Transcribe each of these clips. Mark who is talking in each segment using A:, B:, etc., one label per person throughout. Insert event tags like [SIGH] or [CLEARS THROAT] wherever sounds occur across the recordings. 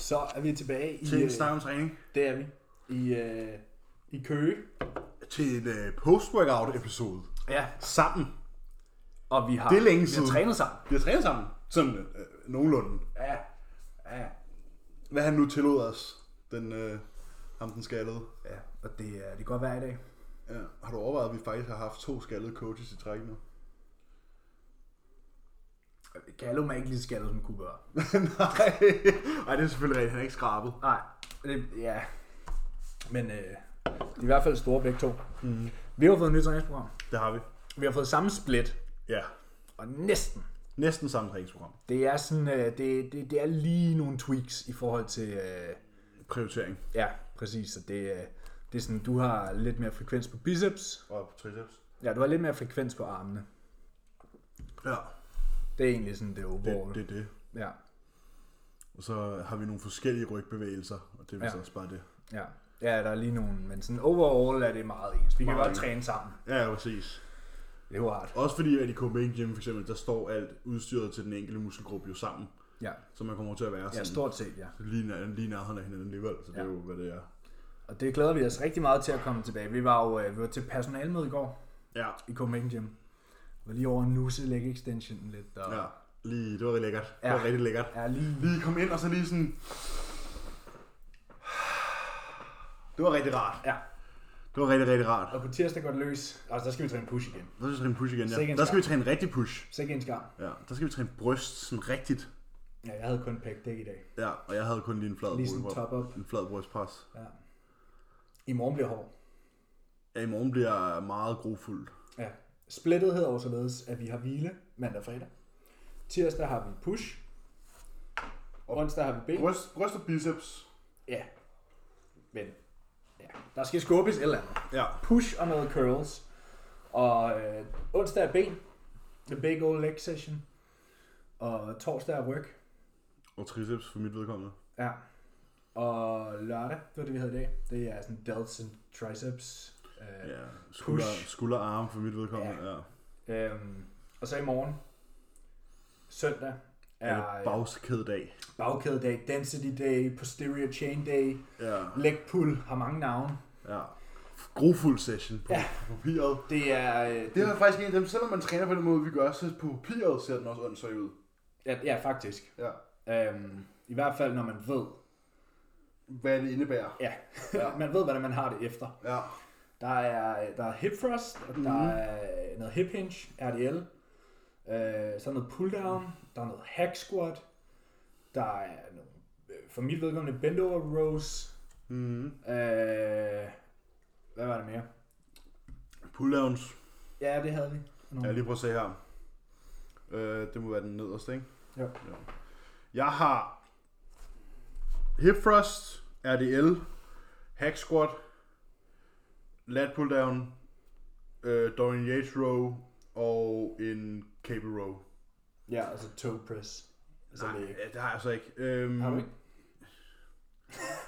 A: Så er vi tilbage i...
B: til en
A: øh,
B: snak om træning.
A: Det er vi. I, øh, i Køge.
B: Til en øh, post-workout episode.
A: Ja, sammen. Og vi har,
B: Det er længe
A: vi
B: siden.
A: har trænet sammen.
B: Vi har trænet sammen. Sådan øh, nogenlunde.
A: Ja. ja,
B: Hvad han nu tillod os, den, øh, ham den skaldede.
A: ja. Og det, er, det kan godt være i dag.
B: Ja. Har du overvejet, at vi faktisk har haft to skaldede coaches i træk nu? [LAUGHS]
A: Gallo mig ikke lige så skaldet som Cooper. var.
B: Nej. Ej, det er selvfølgelig rigtigt. Han er ikke skrabet.
A: Nej, det, ja. Men øh, de er i hvert fald store begge to. Mm. Vi har fået et nyt træningsprogram.
B: Det har vi.
A: Vi har fået samme split.
B: Ja.
A: Og næsten.
B: Næsten samme træningsprogram.
A: Det er sådan, øh, det, det, det er lige nogle tweaks i forhold til... Øh,
B: Prioritering.
A: ja, præcis. Så det, øh, det er sådan, du har lidt mere frekvens på biceps.
B: Og triceps.
A: Ja, du har lidt mere frekvens på armene.
B: Ja.
A: Det er egentlig sådan det overall.
B: Det, det er det.
A: Ja,
B: Og så har vi nogle forskellige rygbevægelser, og det er vist
A: Ja.
B: ja. også bare det.
A: ja. Ja, der er lige nogen, men sådan overall er det meget ens. Vi kan
B: Meget
A: godt
B: ens.
A: træne sammen.
B: Ja, ja, præcis.
A: Det er jo hardt.
B: Også fordi, at i Copenhagen Gym for eksempel, der står alt udstyret til den enkelte muskelgruppe jo sammen.
A: Ja.
B: Så man kommer til at være
A: ja,
B: sådan
A: stort set, ja.
B: lige, nær, lige nærheden af hinanden alligevel, så det ja. er jo, hvad det er.
A: Og det glæder vi os rigtig meget til at komme tilbage. Vi var jo øh, vi var til personalmøde i går
B: Ja,
A: i Copenhagen Gym. Vi var lige over at nusse leg extension lidt. Og,
B: ja. Lige, det var rigtig lækkert. Ja.
A: Ja.
B: Det var rigtig lækkert.
A: Ja, lige,
B: Lige kom ind og så lige sådan... Det var rigtig rart.
A: ja.
B: Det var rigtig, rigtig rart.
A: Og på tirsdag går det løs. Altså, der skal vi træne push igen.
B: Der skal vi træne push igen,
A: Sikke
B: ja.
A: en
B: Der skal vi træne rigtig push.
A: Sikke en skam.
B: Ja, der skal vi træne bryst sådan rigtigt.
A: Ja, jeg havde kun pæk dæk i dag.
B: Ja, og jeg havde kun lige en flad
A: Lige sådan
B: brystprop-
A: top-up.
B: En flad brystpres.
A: Ja. I morgen bliver hård.
B: Ja, i morgen bliver jeg meget grofuld.
A: Ja. Splittet hedder jo således, at vi har hvile mandag og fredag. Tirsdag har vi push. Onsdag har vi ben.
B: Bryst, bryst og biceps.
A: Ja. Men ja. der skal skubbes et eller andet.
B: Ja.
A: Push og noget curls. Og øh, onsdag er ben. The big old leg session. Og torsdag er ryg.
B: Og triceps for mit vedkommende.
A: Ja. Og lørdag, det var det vi havde i dag. Det er sådan delts and triceps. Øh,
B: Ja. Skulder,
A: Push.
B: skulder og arme for mit vedkommende. Ja. ja.
A: Øhm, og så i morgen, søndag, er
B: Eller
A: bag.
B: bagskædedag.
A: bagkædedag, density day, posterior chain day,
B: Ja.
A: leg pull, har mange navne.
B: Ja. Grofuld session på
A: Ja.
B: ja. papiret.
A: Det er, øh,
B: Det er faktisk en af dem, selvom man træner på den måde, vi gør, så på papiret ser den også åndssvagt ud.
A: ja, ja, faktisk.
B: Ja.
A: Øhm, I hvert fald, når man ved,
B: Hvad det indebærer.
A: ja,
B: Ja.
A: [LAUGHS] man ved, hvordan man har det efter.
B: Ja.
A: Der er, der er hip thrust, og der
B: Mhm.
A: er noget hip hinge, RDL, øh, så er noget pull down, der er noget hack squat, der er nogle, øh, for mit vedkommende bend over rows,
B: Mm.
A: øh, hvad var det mere?
B: Pulldowns.
A: Ja, det havde vi. Nogle.
B: Jeg lige prøve at se her. Øh, det må være den nederste, ikke?
A: Jo.
B: jo. Jeg har hip thrust, RDL, hack squat, lat pull down, øh, Dorian Yates row og en cable row.
A: Ja, altså toe press. Altså
B: Nej,
A: læg.
B: det har jeg så ikke. Øhm,
A: Har du ikke? [LAUGHS]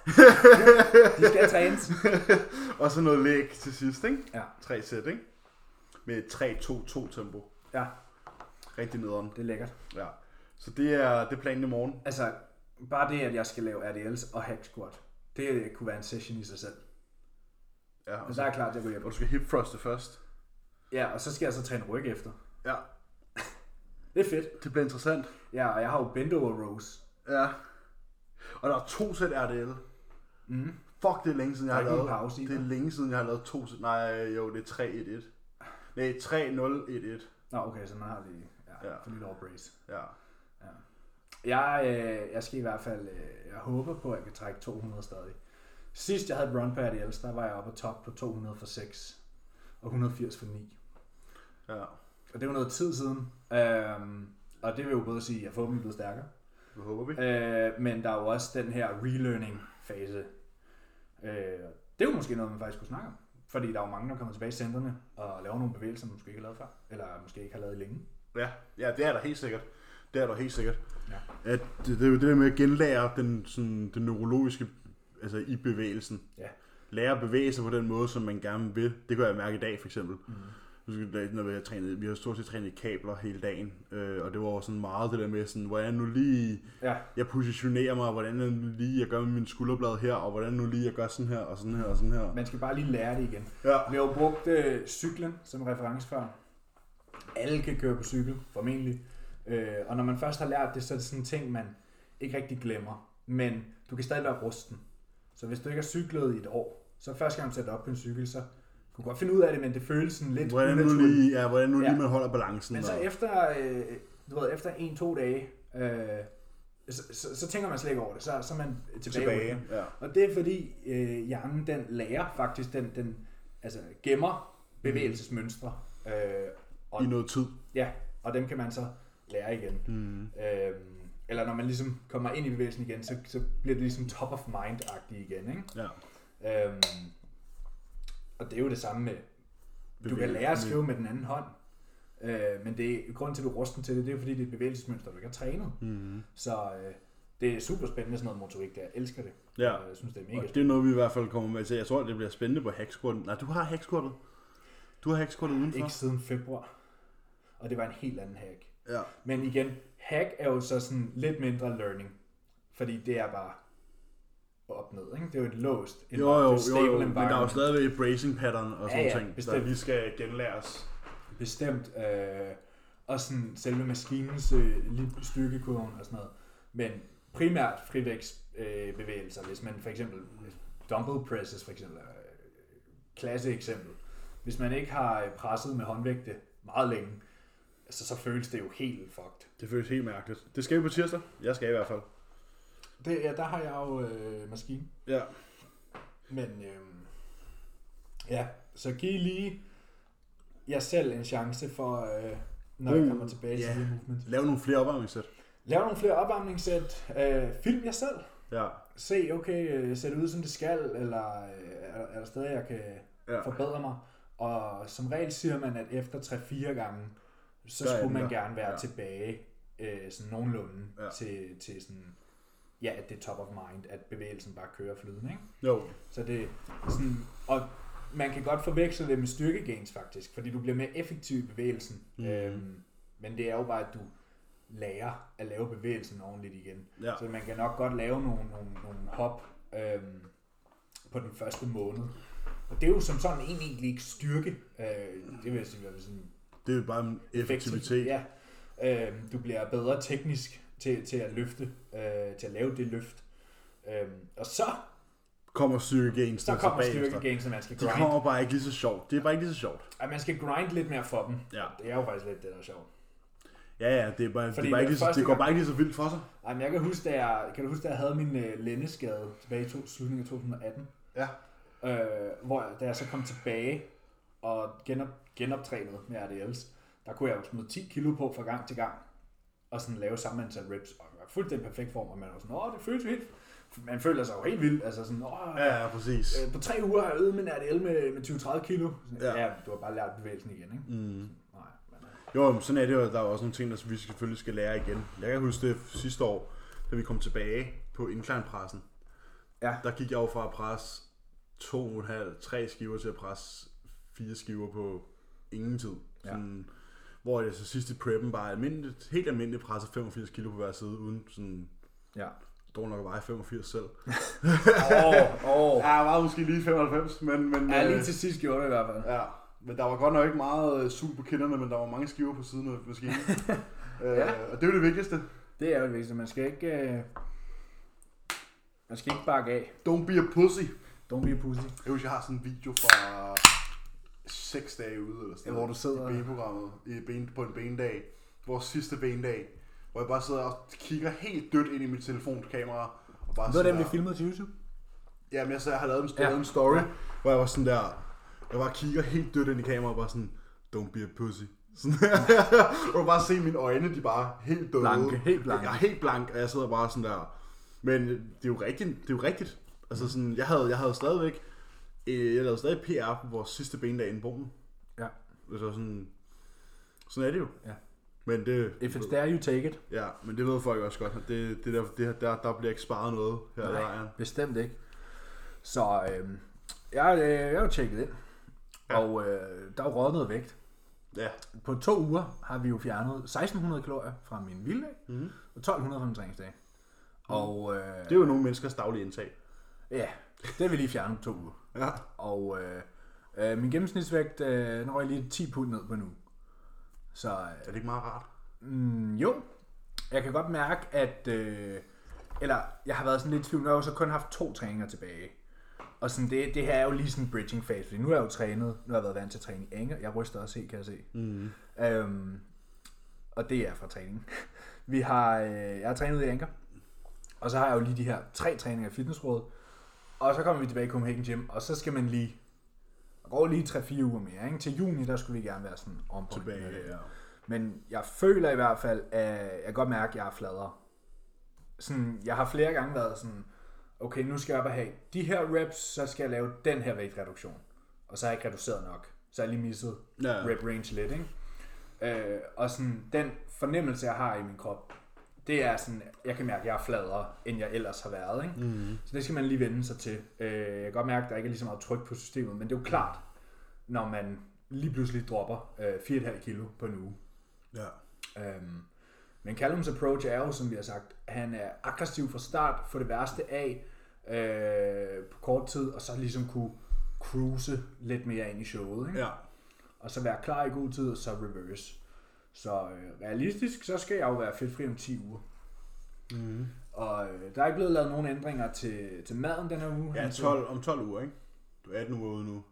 A: De skal trænes.
B: og så noget læg til sidst, ikke?
A: Ja.
B: Tre sæt, ikke? Med 3-2-2 tempo.
A: Ja,
B: Rigtig nederen.
A: det er lækkert.
B: Ja. Så det er, det er planen i morgen.
A: Altså, bare det, at jeg skal lave RDLs og hack squat, det kunne være en session i sig selv.
B: Ja, og,
A: Og
B: så,
A: så er jeg klart, at jeg går hjem.
B: og du skal hip thruste først.
A: Ja, og så skal jeg så træne ryg efter.
B: Ja,
A: Det er fedt.
B: det bliver interessant.
A: Ja, og jeg har jo bend over rows.
B: Ja. Og der er to sæt RDL.
A: Mhm.
B: Fuck, det er længe siden, jeg
A: Der er
B: har
A: ikke
B: lavet...
A: nogen pause i
B: det er længe siden, jeg har lavet to sæt. Nej, jo, det er 3-1-1. Nej, 3-0-1-1.
A: Nå, okay, så man har lige ja,
B: Ja.
A: for lidt over brace.
B: Ja.
A: Jeg, øh, jeg skal i hvert fald, øh, jeg håber på, at jeg kan trække 200 stadig. Sidst jeg havde et run på RDLs, der var jeg oppe på top på 200 for 6 og 180 for 9.
B: Ja.
A: Og det var noget tid siden. Øhm, og det vil jo både sige, at jeg forhåbentlig er blevet stærkere.
B: Hvad håber vi?
A: Øh, men der er jo også den her relearning-fase. Øh, det er jo måske noget, man faktisk kunne snakke om. Fordi der er jo mange, der kommer tilbage i centrene og laver nogle bevægelser, man måske ikke har lavet før. Eller måske ikke har lavet længe.
B: Ja, ja det er der helt sikkert. Det er der helt sikkert.
A: Ja.
B: At det, det er jo det der med at genlære den, sådan, den neurologiske, altså i bevægelsen.
A: Ja.
B: Lære at bevæge sig på den måde, som man gerne vil. Det gør jeg mærke i dag for eksempel. Mm. Nu skal det når vi har trænet, vi har stort set trænet i kabler hele dagen, øh, og det var jo sådan meget det der med sådan, hvordan nu lige
A: Ja.
B: jeg positionerer mig, hvordan jeg nu lige jeg gør med min skulderblad her, og hvordan nu lige jeg gør sådan her, og sådan her, og sådan her.
A: Man skal bare lige lære det igen.
B: Ja,
A: Vi har jo brugt øh, cyklen som reference før. Alle kan køre på cykel, formentlig. Øh, og når man først har lært det, så er det sådan en ting, man ikke rigtig glemmer. Men du kan stadig være rusten. Så hvis du ikke har cyklet i et år, så første gang du sætter dig op på en cykel, så kunne du godt finde ud af det, men det føles sådan lidt
B: hvordan nu lige, ja, hvordan nu lige
A: Ja.
B: man holder balancen.
A: Men så
B: og-
A: efter, øh, du ved, efter en-to dage, øh, så, så, så, tænker man slet ikke over det. Så, så er man tilbage.
B: tilbage. Ja.
A: Og det er fordi øh, hjernen den lærer faktisk, den, den altså, gemmer bevægelsesmønstre. Øh, og,
B: I noget tid.
A: ja, og dem kan man så lære igen.
B: Mm.
A: Øh, eller når man ligesom kommer ind i bevægelsen igen, så, så bliver det ligesom top of mind-agtigt igen.
B: Ja.
A: Ikke? Øh, og det er jo det samme med, du kan lære at skrive med den anden hånd. Øh, men det er, grunden til, at du er rusten til det, det er fordi, det er et bevægelsesmønster, du ikke har trænet.
B: Mm.
A: Så øh, det er super spændende sådan noget motorik der. Jeg elsker det.
B: Ja.
A: Jeg synes, det er mega
B: Og det er noget, vi i hvert fald kommer med til. Jeg tror, det bliver spændende på hackskurten. Nej, du har hackskurtet. Du har hackskurtet udenfor.
A: Ikke siden februar. Og det var en helt anden hack.
B: Ja.
A: Men igen, hack er jo så sådan lidt mindre learning. Fordi det er bare op ned, ikke? Det er jo et låst, en
B: Jo, jo,
A: det er et
B: jo,
A: stable
B: jo, men der er jo
A: environment.
B: stadigvæk bracing pattern og sådan
A: Ja,
B: ja,
A: ja,
B: ting, der
A: bestemt.
B: lige skal genlæres.
A: Bestemt. Øh, og sådan selve maskinens øh, lille styrkekurven og sådan noget. Men primært frivægtsbevægelser. Øh, bevægelser. hvis man for eksempel, dumbbell presses for eksempel, er et klasse eksempel. Hvis man ikke har øh, presset med håndvægte meget længe, altså, så føles det jo helt fucked.
B: Det føles helt mærkeligt. Det skal vi på tirsdag. Jeg skal i hvert fald.
A: Det, ja, der har jeg jo øh, maskine.
B: Ja.
A: Men øh, ja, så giv lige jer selv en chance for, øh, når jeg
B: Uh,
A: kommer tilbage til
B: ja.
A: det movement.
B: Lav nogle flere opvarmningssæt.
A: Lav nogle flere opvarmningssæt. Øh, film jer selv.
B: Ja.
A: Se, okay, øh, ser det ud, som det skal, eller øh, er, der- er der steder, jeg kan
B: Ja.
A: forbedre mig? Og som regel siger man, at efter 3-4 gange, så
B: Der er
A: skulle
B: den
A: man
B: der.
A: gerne være
B: Ja.
A: ja. tilbage øh, sådan nogenlunde
B: Ja.
A: ja. til, til sådan, ja, at det er top of mind, at bevægelsen bare kører flydende, ikke?
B: Jo.
A: Så det er sådan, og man kan godt forveksle det med styrkegains faktisk, fordi du bliver mere effektiv i bevægelsen.
B: Mhm.
A: Mm. Øhm, men det er jo bare, at du lærer at lave bevægelsen ordentligt igen.
B: Ja.
A: Så man kan nok godt lave nogle, nogle, nogle hop øhm, på den første måned. Og det er jo som sådan egentlig, egentlig ikke styrke. Øh, det vil jeg sige, hvad vil sådan
B: Det er bare en effektivitet.
A: Ja. Øhm, du bliver bedre teknisk til, til at løfte, øh, til at lave det løft. Øhm, og så,
B: Kommer styrkegains
A: så kommer styrkegain, som man skal
B: De
A: grind.
B: kommer bare ikke lige så sjovt. Det er bare ikke lige så sjovt.
A: at man skal grind lidt mere for dem.
B: Ja.
A: Det er jo faktisk lidt det, der er sjovt.
B: Ja, ja, det, er bare, det,
A: Fordi
B: er bare ikke
A: den
B: lige så,
A: første
B: det går
A: gang-
B: bare ikke lige så vildt for sig.
A: Ej, men jeg kan huske, da jeg, kan du huske, da jeg havde min øh, lændeskade tilbage i to, slutningen af 2018,
B: Ja.
A: øh, hvor jeg, da jeg så kom tilbage og genop, genoptrænede med RDLs, der kunne jeg jo smide 10 kilo på fra gang til gang, og sådan lave samme antal reps, og jeg var fuldstændig perfekt form, og man var sådan, åh, det føles vildt. Man føler sig jo helt vildt, altså sådan, åh,
B: Ja, ja, præcis.
A: øh, på tre uger har jeg øget min RDL med, med 20-30 kilo. Sådan,
B: Ja.
A: ja. ja. du har bare lært bevægelsen igen, ikke?
B: Mm.
A: Nej, men, øh,
B: Jo, men sådan er det jo. Der er jo også nogle ting, der vi selvfølgelig skal lære igen. Jeg kan huske det sidste år, da vi kom tilbage på incline-pressen.
A: Ja.
B: Der gik jeg jo fra at presse 2,5-3 skiver til at presse 4 skiver på ingen tid.
A: Ja.
B: Sådan, Hvor jeg så sidst i preppen bare almindeligt, helt almindeligt presser 85 kilo på hver side, uden sådan,
A: ja.
B: dog nok at veje 85 selv.
A: Åh, åh.
B: Ja, jeg var måske lige 95, men... men
A: Ja, lige
B: øh,
A: til sidst gjorde det i hvert fald.
B: Ja, men der var godt nok ikke meget øh, sug på kinderne, men der var mange skiver på siden af
A: [LAUGHS]
B: maskinen. øh,
A: Ja.
B: Og det er jo det vigtigste.
A: Det er jo det vigtigste. Man skal ikke... Øh... Man skal ikke bakke af.
B: Don't be a pussy.
A: Don't be a pussy.
B: Jeg husker, jeg har sådan en video fra 6 dage ude, eller sådan
A: Ja, hvor du sidder-
B: i B-programmet i ben, på en benedag. Vores sidste benedag. Hvor jeg bare sidder og kigger helt dødt ind i mit telefonkamera. Og bare sådan der-
A: filmede til YouTube?
B: Ja, men jeg, så jeg har lavet en,
A: Ja.
B: ja. en story, hvor jeg var sådan der, jeg bare kigger helt dødt ind i kameraet og bare sådan, don't be a pussy. Sådan [LAUGHS] og du bare se mine øjne, de er bare helt døde.
A: Blanke, helt blanke.
B: Jeg er helt blank, og jeg sidder bare sådan der. Men det er jo rigtigt, det er jo rigtigt.
A: Mm.
B: Altså sådan, jeg havde, jeg havde stadigvæk, øh, jeg lavede stadig PR på vores sidste benedag inden Polen.
A: Ja.
B: Altså sådan, sådan er det jo.
A: Ja.
B: Men det,
A: If it's there, you take it.
B: ja, men det ved folk også godt. Det, det der, det, der, der bliver ikke sparet noget her i lejren.
A: bestemt ikke. Så øh, jeg, øh, jeg har jo tjekket ind.
B: Ja.
A: Og øh, der er jo røget noget vægt.
B: Ja.
A: På to uger har vi jo fjernet 1600 kalorier fra min vilddag, mm. og 1200 fra min træningsdag. Og øh,
B: Det er jo nogle menneskers daglige indtag.
A: ja, det har vi lige fjernet på to uger.
B: Ja.
A: Og øh, øh, min gennemsnitsvægt, øh, den røg lige 10 pund ned på nu. Så øh,
B: Er det ikke meget rart?
A: mm, jo, jeg kan godt mærke, at... Øh, eller jeg har været sådan lidt i tvivl, nu har jeg jo så kun haft to træninger tilbage. Og sådan det, det her er jo lige sådan en bridging phase, fordi nu er jeg jo trænet, nu har jeg været vant til at træne i anger, jeg ryster også helt, kan jeg se. Mm. Øhm, og det er fra træningen. Vi har, øh, jeg har trænet i anger, og så har jeg jo lige de her tre træninger i fitnessrådet, og så kommer vi tilbage i Copenhagen Gym, og så skal man lige, der går lige 3-4 uger mere, ikke? til juni, der skulle vi gerne være sådan on point med
B: Tilbage,
A: det.
B: ja.
A: Men jeg føler i hvert fald, at jeg kan godt mærke, at jeg er fladere sådan, jeg har flere gange været sådan, okay, nu skal jeg op og have de her reps, så skal jeg lave den her vægtreduktion. Og så har jeg ikke reduceret nok. Så har jeg lige misset
B: Ja.
A: ja. rep range lidt, ikke? Øh, og sådan, den fornemmelse, jeg har i min krop, det er sådan, jeg kan mærke, at jeg er fladere, end jeg ellers har været, ikke? Mm. Så det skal man lige vende sig til. Øh, jeg kan godt mærke, at der ikke er lige så meget tryk på systemet, men det er jo klart, når man lige pludselig dropper øh, 4,5 kilo på en uge,
B: Ja.
A: Øhm, men Callums approach er jo, som vi har sagt, han er aggressiv fra start, få det værste af øh, på kort tid, og så ligesom kunne cruise lidt mere ind i showet. Ikke?
B: Ja.
A: Og så være klar i god tid, og så reverse. Så øh, realistisk, så skal jeg jo være fedtfri om 10 uger.
B: Mm.
A: Og øh, der er ikke blevet lavet nogen ændringer til, til maden den her uge.
B: Ja,
A: Han-
B: 12, om 12 uger, ikke? Du er 18 uger ude nu.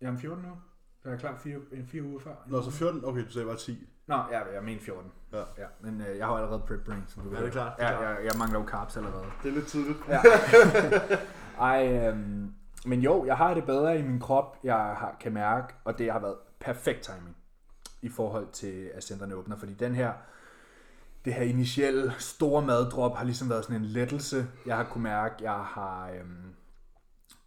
A: Jeg er om 14 nu. Så er jeg klar 4, 4 uger før.
B: Nå, så 14? Okay, du sagde bare 10.
A: Nå, ja, jeg mener 14.
B: Ja.
A: ja men øh, jeg har jo allerede prep brain, som du
B: Ja,
A: ved.
B: det er klart, det er
A: Ja,
B: klart.
A: jeg, jeg mangler jo carbs allerede.
B: Det er lidt tidligt.
A: Ja. Ej, øhm, men jo, jeg har det bedre i min krop, jeg har, kan mærke, og det har været perfekt timing i forhold til, at centrene åbner, fordi den her, det her initielle store maddrop har ligesom været sådan en lettelse. Jeg har kunne mærke, jeg har øhm,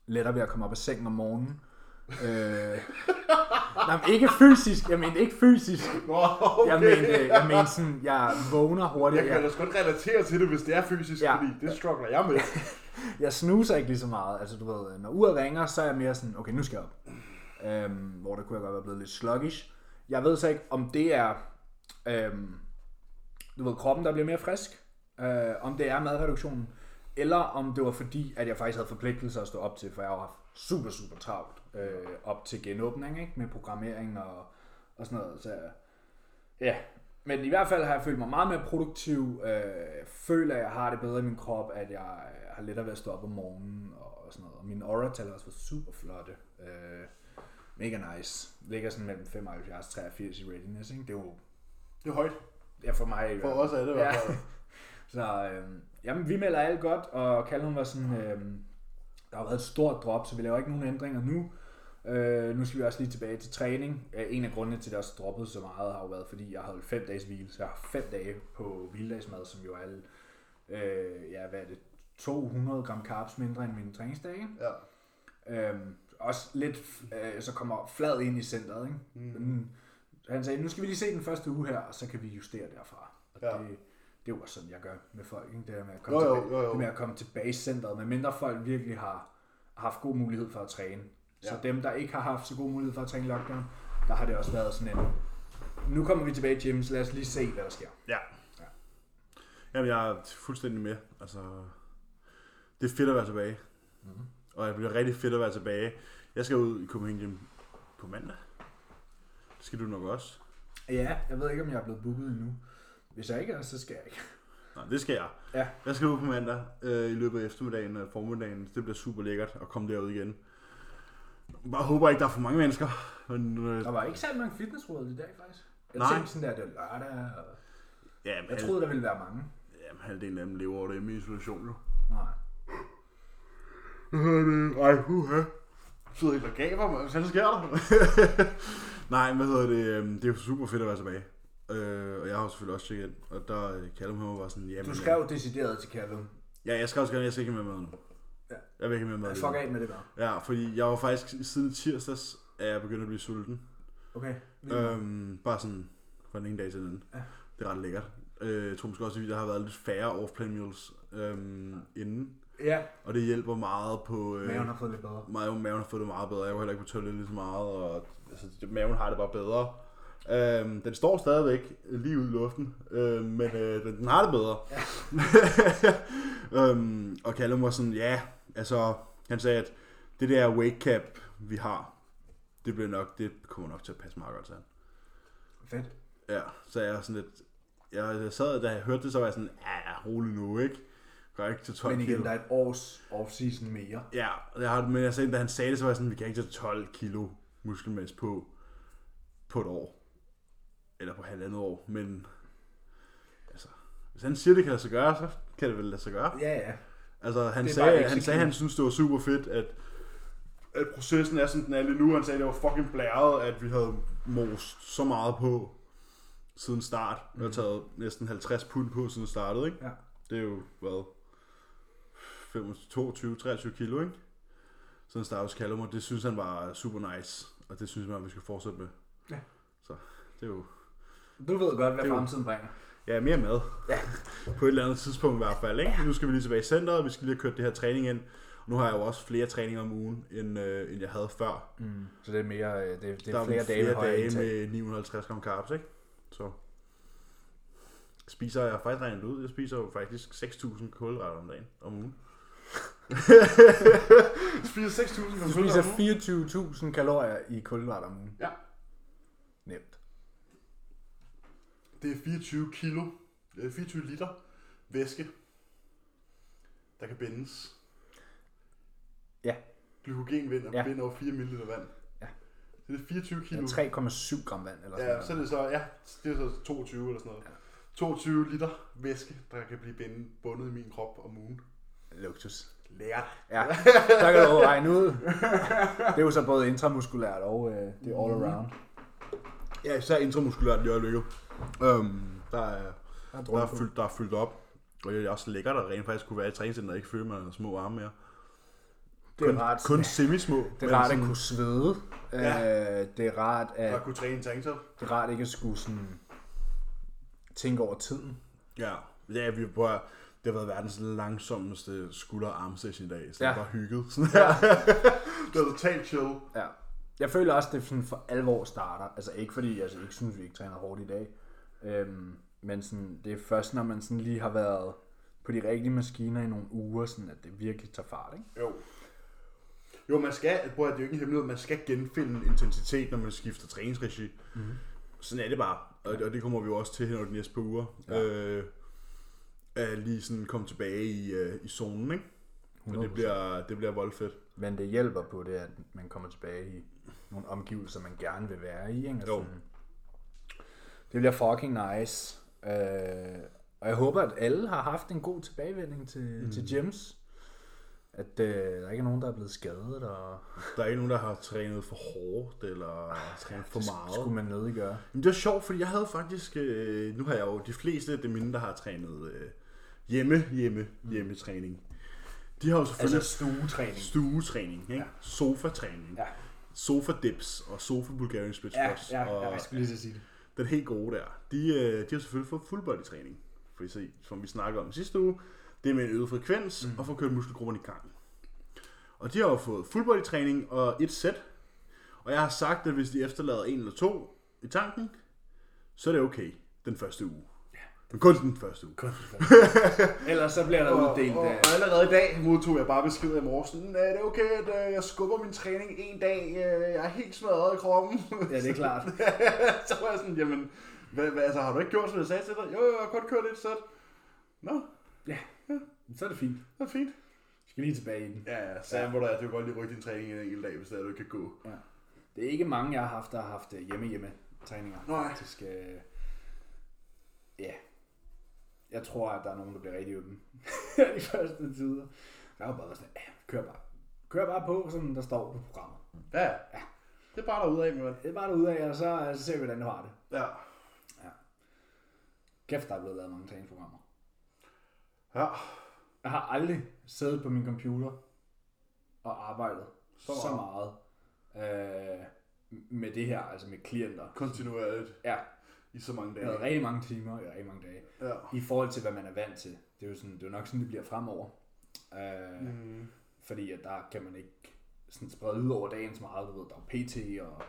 A: lettere ved at komme op af sengen om morgenen.
B: [LAUGHS]
A: Øh, nej, men ikke fysisk, jeg mener ikke fysisk.
B: Nå, okay.
A: Jeg mener, jeg mener sådan, jeg vågner hurtigt.
B: Jeg kan da også godt relatere til det, hvis det er fysisk,
A: Ja.
B: fordi det struggler jeg med.
A: jeg snuser ikke lige så meget. Altså, du ved, når uret ringer, så er jeg mere sådan, okay, nu skal jeg op. Øhm, hvor der kunne jeg godt være blevet lidt sluggish. Jeg ved så ikke, om det er, øhm, du ved, kroppen, der bliver mere frisk. Øh, om det er madreduktionen. Eller om det var fordi, at jeg faktisk havde forpligtelser at stå op til, for jeg har jo haft super, super travlt øh, op til genåbning, ikke? Med programmering og, og sådan noget. Så, Ja, men i hvert fald har jeg følt mig meget mere produktiv. Øh, føler, at jeg har det bedre i min krop, at jeg øh, har lettere ved at stå op om morgenen og sådan noget. Og mine aura-tal har også været super flotte. Øh, mega nice. Ligger sådan mellem 75 og 83 i readiness, ikke? Det er jo
B: Det er højt.
A: ja, for mig. i
B: For
A: hvert fald.
B: os er det i hvert
A: Ja.
B: fald.
A: Så øh, jamen, vi melder alt godt, og Callum var sådan, øh, der har været et stort drop, så vi laver ikke nogen ændringer nu. Øh, nu skal vi også lige tilbage til træning. Øh, en af grundene til, at det også droppede så meget, har jo været, fordi jeg har holdt fem dages hvile, så jeg har fem dage på hviledagsmad, som jo er, øh, ja, hvad er det, 200 gram carbs mindre end mine træningsdage.
B: Ja.
A: Øhm, også lidt, øh, så kommer flad ind i centret, ikke? Mm. Han sagde, nu skal vi lige se den første uge her, og så kan vi justere derfra. Og
B: Ja.
A: ja. det, det er jo også sådan, jeg gør med folk, ikke? Det der med at komme,
B: Jo, jo,
A: tilbage,
B: jo, jo.
A: Det med at komme tilbage i centret, medmindre folk virkelig har, har haft god mulighed for at træne. Ja. Så
B: Ja.
A: dem, der ikke har haft så god mulighed for at træne i lockdown, der har det også været sådan en, nu kommer vi tilbage i gym, så lad os lige se, hvad der sker.
B: Ja. Jamen, jeg er fuldstændig med. Altså, det er fedt at være tilbage. Mm-hmm. Og det bliver rigtig fedt at være tilbage. Jeg skal ud i Copenhagen Gym på mandag. Det skal du nok også.
A: Ja, jeg ved ikke, om jeg er blevet booket endnu. Hvis jeg ikke er, så skal jeg ikke.
B: Nej, det skal jeg.
A: Ja.
B: Jeg skal ud på mandag øh, i løbet af eftermiddagen og formiddagen. Det bliver super lækkert at komme derud igen. Bare håber ikke, der er for mange mennesker. Men, øh,
A: Der var ikke særlig mange fitnessråd i dag, faktisk. Jeg
B: Nej.
A: tænkte sådan der, det var lørdag. og-
B: ja, men
A: Jeg
B: hal-
A: troede, der ville være mange.
B: Jamen, halvdelen af dem lever over det i isolation, jo.
A: Nej.
B: Ej, huha. Sidder helt og gaber, mand. Hvad sker der? [LAUGHS] Nej, hvad hedder det? øhm, Det er jo super fedt at være tilbage. Øh, og jeg har jo selvfølgelig også tjekket ind, og der øh, Callum han var bare sådan, jamen...
A: Du skrev decideret til Callum.
B: Ja, jeg skrev også gerne, jeg skal ikke med mad nu.
A: Ja.
B: Jeg vil ikke med mad. lige nu.
A: Fuck af med det der.
B: Ja, fordi jeg var faktisk siden tirsdags, at jeg begyndte at blive sulten.
A: Okay.
B: Øhm, bare sådan fra den ene dag til den anden. Ja. Det er ret lækkert. Øh, jeg tror måske også, at der har været lidt færre off-plan meals øhm, inden.
A: Ja,
B: Og det hjælper meget på... Øh,
A: maven har fået lidt bedre.
B: maven, maven har fået det meget bedre. Jeg var heller ikke på toilettet lige så meget, og altså, det- maven har det bare bedre. Øhm, den står stadigvæk lige ude i luften, øhm, men øh, den- den har det bedre. Ja. [LAUGHS] øhm, og Callum var sådan, ja, altså, han sagde, at det der wake cap, vi har, det bliver nok, det kommer nok til at passe meget godt til ham.
A: Fedt.
B: Ja, så jeg var sådan lidt, jeg, jeg sad, da jeg hørte det, så var jeg sådan, ja, ja, rolig nu, ikke? Gør ikke til 12
A: Men igen,
B: kilo.
A: der er et års off-season mere.
B: Ja, og jeg har, men jeg sagde, da han sagde det, så var jeg sådan, vi kan ikke tage 12 kilo muskelmasse på, på et år. Eller på halvandet år, men altså, hvis han siger, det kan lade sig gøre, så kan det vel lade sig gøre.
A: Ja, ja.
B: Altså, han
A: Det er
B: sagde,
A: bare
B: han, sagde, han synes, det var super fedt, at, at processen er, som den er lige nu. Han sagde, det var fucking blæret, at vi havde most så meget på siden start. Vi har taget næsten 50 pund på, siden startet, ikke?
A: Mhm. Ja.
B: Det er jo, hvad, 22-23 kilo, ikke? Sådan en Stavs Callum, og det synes han var super nice, og det synes man, vi skal fortsætte med.
A: Ja.
B: Så det er jo...
A: Du ved godt, hvad
B: Det er jo-
A: fremtiden bringer.
B: Ja, mere mad. [LAUGHS] Ja. På et eller andet tidspunkt i hvert fald, ikke? Nu skal vi lige tilbage i centret, og vi skal lige have kørt det her træning ind. Og nu har jeg jo også flere træninger om ugen, end, øh, end jeg havde før.
A: Mm. Så det er mere, øh, det, det
B: Der
A: er flere, dage med
B: flere
A: højere
B: dage
A: indtag.
B: med 950 gram carbs, ikke? Så spiser jeg har faktisk regnet det ud. Jeg spiser jo faktisk 6.000 kulhydrater om dagen,
A: [LAUGHS]
B: om ugen. jeg spiser 6.000
C: Du spiser 24.000 kalorier i kulhydrater om ugen.
B: Ja.
C: Nemt.
B: Det er 24 kilo, øh, 24 liter væske, der kan bindes.
C: Ja.
B: Glykogen vinder,
C: Ja.
B: ja. binder over 4 ml vand.
C: Ja.
B: Så det er 24 kilo.
C: Ja, 3,7 gram vand eller sådan
B: Ja,
C: noget.
B: så er det så, ja, det er så 22 eller sådan noget.
C: Ja.
B: 22 liter væske, der kan blive bindet- bundet i min krop om ugen.
C: Luksus.
B: Lært.
C: Ja, så kan du regne ud. Det er jo så både intramuskulært og øh, det er all
A: Mhm.
C: around.
B: Ja, især intramuskulært i øjeblikket. Øhm, der, er,
C: Der
B: der, er fyldt, der er fyldt op. Og det er også lækkert at rent faktisk kunne være i træningscenter og ikke føle, at man har små arme mere.
C: Det er rart,
B: Kun semismå.
C: det er rart at kunne svede. Øh, det er rart at
B: at kunne træne i træningscenter.
C: Det er rart ikke at skulle sådan tænke over tiden.
B: Ja, ja vi prøver, det har været verdens langsomste skulder- og armsession i dag, så
C: Ja.
B: ja. det var hygget. Sådan ja. [LAUGHS] det var totalt chill.
C: Ja. Jeg føler også, at det sådan for alvor starter. Altså ikke fordi, altså ikke synes, vi ikke træner hårdt i dag. Øhm, men sådan, det er først, når man sådan lige har været på de rigtige maskiner i nogle uger, sådan at det virkelig tager fart, ikke?
B: Jo. Jo, man skal, prøv at det er jo ikke en hemmelighed, man skal genfinde intensitet, når man skifter træningsregi. Mm-hmm.
C: Mhm.
B: Sådan er det bare, og, og det kommer vi jo også til hen over de næste par uger. Ja. Øh, at lige sådan komme tilbage i, øh, i zonen, ikke? Men det
C: 100%.
B: bliver, det bliver voldfedt.
C: Men det hjælper på det, at man kommer tilbage i nogle omgivelser, man gerne vil være i, ikke? Og
B: Jo.
C: Sådan, det bliver fucking nice. Øh, og jeg håber, at alle har haft en god tilbagevending til, mm. til gyms. At øh, der ikke er nogen, der er blevet skadet, og
B: Der er ikke nogen, der har trænet for hårdt, eller trænet for
C: det
B: meget.
C: skulle man nedgøre.
B: Men det var sjovt, fordi jeg havde faktisk, øh, nu har jeg jo de fleste, det mine, der har trænet øh, hjemme, hjemme, hjemmetræning. De har jo selvfølgelig
A: Mm. Altså
B: altså,
A: stuetræning.
B: stuetræning, ikke? Ja. sofa-træning,
A: Ja.
B: sofa-dips og sofa-bulgarian split
A: Ja,
B: squats.
A: ja, ja,
B: og
A: jeg skulle lige til at sige det.
B: den helt gode der, de, øh, de har selvfølgelig fået full body træning. For I se, som vi snakkede om sidste uge, det er med en øget frekvens
A: Mhm.
B: mm. og får kørt muskelgrupperne i gang. Og de har jo fået full body træning og et sæt. Og jeg har sagt, at hvis de efterlader en eller to i tanken, så er det okay den første uge. Men kun den første uge.
A: Ellers så bliver der uddelt
B: Og, og,
A: af...
B: og allerede i dag modtog jeg bare besked i morges. sådan, Er det okay, at øh, jeg skubber min træning en dag? Øh, jeg er helt smadret i kroppen.
A: Ja, det er klart.
B: [LAUGHS] så var jeg sådan, jamen, hvad, hvad, altså, har du ikke gjort, som jeg sagde til dig? Jo, jo, jeg har kun kørt et sæt. Nå,
A: Så er det fint.
B: det er fint.
A: Vi skal lige tilbage i den.
B: Ja, ja, så ja. må du, du kan godt lige rykke din træning en enkelt dag, hvis det er, du ikke kan gå.
A: Det er ikke mange, jeg har haft, der har haft øh, hjemme-hjemme-træninger.
B: Nej.
A: Faktisk, øh, ja. Jeg tror, at der er nogen, der bliver rigtig [LAUGHS] åbne i første tider. Jeg har bare været sådan, ja, kør bare. Kør bare på, som der står på programmet.
B: Ja, ja. Det er bare derude af, mand.
A: Det er bare derudad, og så, så ser vi, hvordan du har det.
B: Ja.
A: Kæft, der er blevet lavet mange træningsprogrammer.
B: Ja.
A: Jeg har aldrig siddet på min computer og arbejdet så meget,
B: Så
A: så meget øh, med det her, altså med klienter.
B: Kontinuerligt
A: Ja,
B: i så mange
A: jeg har
B: dage.
A: rigtig mange timer, jeg har rigtig mange dage.
B: Ja.
A: I forhold til, hvad man er vant til. Det er jo sådan, det er jo nok sådan, det bliver fremover. Øh, mm.
B: Mm.
A: Fordi at der kan man ikke sådan sprede ud over dagen så meget. Du ved, der er PT, og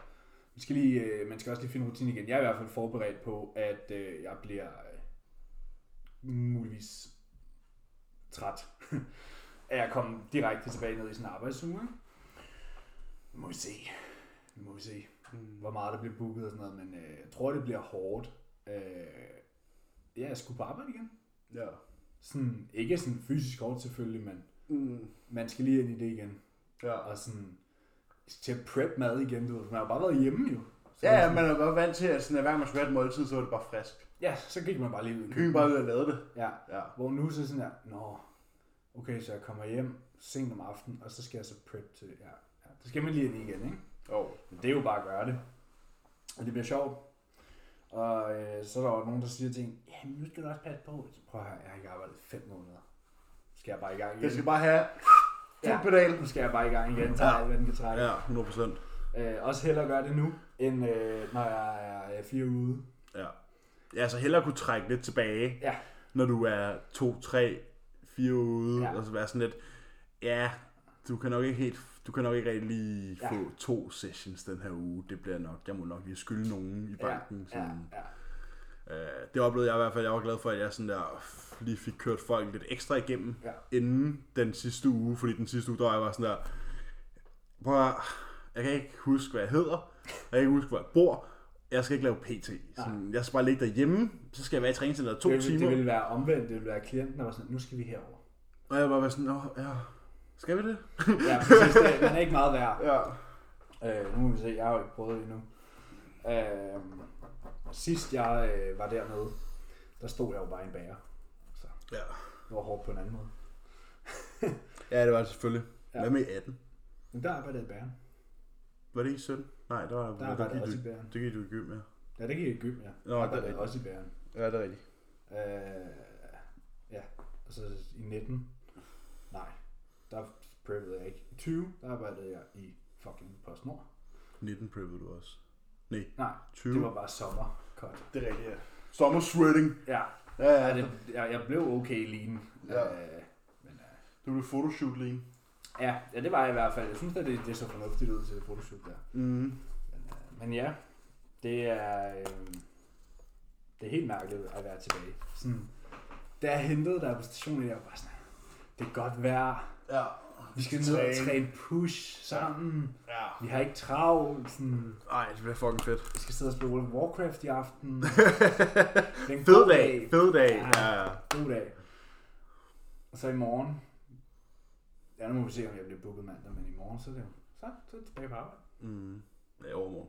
A: man skal, lige, øh, man skal også lige finde rutinen igen. Jeg er i hvert fald forberedt på, at øh, jeg bliver øh, muligvis træt [LAUGHS] af at komme direkte tilbage ned i sådan en arbejdsuge. ikke? Nu må vi se. Nu må vi se, hmm, hvor meget der bliver booket og sådan noget. Men øh, jeg tror, det bliver hårdt. Øh, ja, jeg skulle på arbejde igen.
B: Ja.
A: Sådan, ikke sådan fysisk hårdt selvfølgelig, men
B: Mm.
A: man skal lige ind i det igen
B: Ja.
A: og sådan til at prep mad igen, du ved. Man har jo bare været hjemme jo. Så
B: Ja,
A: man
B: ja,
A: sådan-
B: man er jo godt vant til, at sådan, at hver gang man skulle have et måltid, så var det bare frisk.
A: Ja, så gik man bare lige ud. i
B: Vi gik
A: køkkenet.
B: bare ud og lavede det.
A: Ja,
B: Ja.
A: hvor nu så sådan der, nå, okay, så jeg kommer hjem sent om aftenen, og så skal jeg så prep til, ja, ja. Så skal man lige ind i igen, ikke?
B: Oh.
A: Men det er jo bare at gøre det. Og det bliver sjovt. Og øh, så er der jo nogen, der siger til en, ja, men nu skal du også passe på. Så prøv at høre, jeg har ikke arbejdet i fem måneder. Så skal jeg bare i gang igen.
B: Jeg skal bare have fuld
A: Ja.
B: pedal.
A: Nu skal jeg bare i gang igen, tager
B: Ja.
A: alt, hvad den kan trække.
B: Ja, 100%.
A: Øh, også hellere gøre det nu, end øh, når jeg er øh, fire ude.
B: Ja. Ja, så hellere kunne trække lidt tilbage,
A: Ja.
B: når du er 2, 3, 4 ude,
A: Ja.
B: ja. og så være sådan lidt, ja, du kan nok ikke helt du kan nok ikke rigtig lige
A: Ja.
B: ja. få to sessions den her uge. Det bliver nok, jeg må nok lige skylde nogen i banken.
A: Ja,
B: Sådan.
A: ja, ja.
B: Øh, det oplevede jeg i hvert fald. Jeg var glad for, at jeg sådan der f- lige fik kørt folk lidt ekstra igennem
A: Ja.
B: inden den sidste uge. Fordi den sidste uge, der var jeg bare sådan der... Prøv at, høre, jeg kan ikke huske, hvad jeg hedder. Jeg kan ikke huske, hvor jeg bor. Jeg skal ikke lave PT. Sådan, jeg skal bare ligge derhjemme. Så skal jeg være i træningscenteret to
A: det, ville-
B: timer.
A: Det ville være omvendt, det ville være klienten, der var sådan, nu skal vi herover.
B: Og jeg var bare sådan, Nå, ja, skal vi det?
A: Ja, præcis, det, man er ikke meget værd.
B: Ja.
A: Øh, nu må vi se, jeg har jo ikke prøvet det endnu. Øh, sidst jeg øh, var dernede, der stod jeg jo bare i en bager. Så
B: Ja,
A: det var hårdt på en anden måde.
B: ja det var det selvfølgelig.
A: Ja.
B: Ja. Hvad med i 18?
A: Men der arbejdede jeg i bageren.
B: Var det i 17? Nej, der var
A: Der
B: der,
A: arbejdede jeg også
B: gik
A: i
B: du,
A: bageren.
B: det gik du i gym med.
A: Ja, det gik jeg i gym, ja.
B: Nå,
A: der
B: det er
A: arbejdede jeg
B: rigtigt.
A: også i bageren.
B: Ja, det er rigtigt.
A: Øh, ja, og så i 19, nej, der prøvede jeg ikke. I 20, der arbejdede jeg i fucking PostNord.
B: 19 prøvede du også. Nej,
A: Nej,
B: 20.
A: det var bare sommer. Cut.
B: Det er rigtigt, ja. Sommer shredding.
A: Ja,
B: Ja,
A: Ja, det, jeg, jeg blev okay lean.
B: Ja.
A: Øh, men, øh,
B: Du blev photoshoot lige.
A: ja, ja, det var jeg i hvert fald. Jeg synes, at det, det så fornuftigt ud til fotoshoot der.
B: Mm.
A: Men, øh, men ja, det er, øh, det er helt mærkeligt at være tilbage. Sådan, da jeg hentede dig på stationen, jeg var bare sådan, det er godt vejr.
B: Ja.
A: Vi skal ned og træne push sammen.
B: Ja.
A: Vi har ikke travlt. Sådan,
B: Ej, det bliver fucking fedt.
A: vi skal sidde og spille World of Warcraft i [LAUGHS] aften. Det er en
B: Fed
A: god
B: dag. Fed dag. Ja. ja.
A: God dag. Og så i morgen. Ja, nu må vi se, om jeg bliver booket mandag, men i morgen, så er det jo. Så, så er det tilbage på arbejde.
B: Mm. Ja, i overmorgen.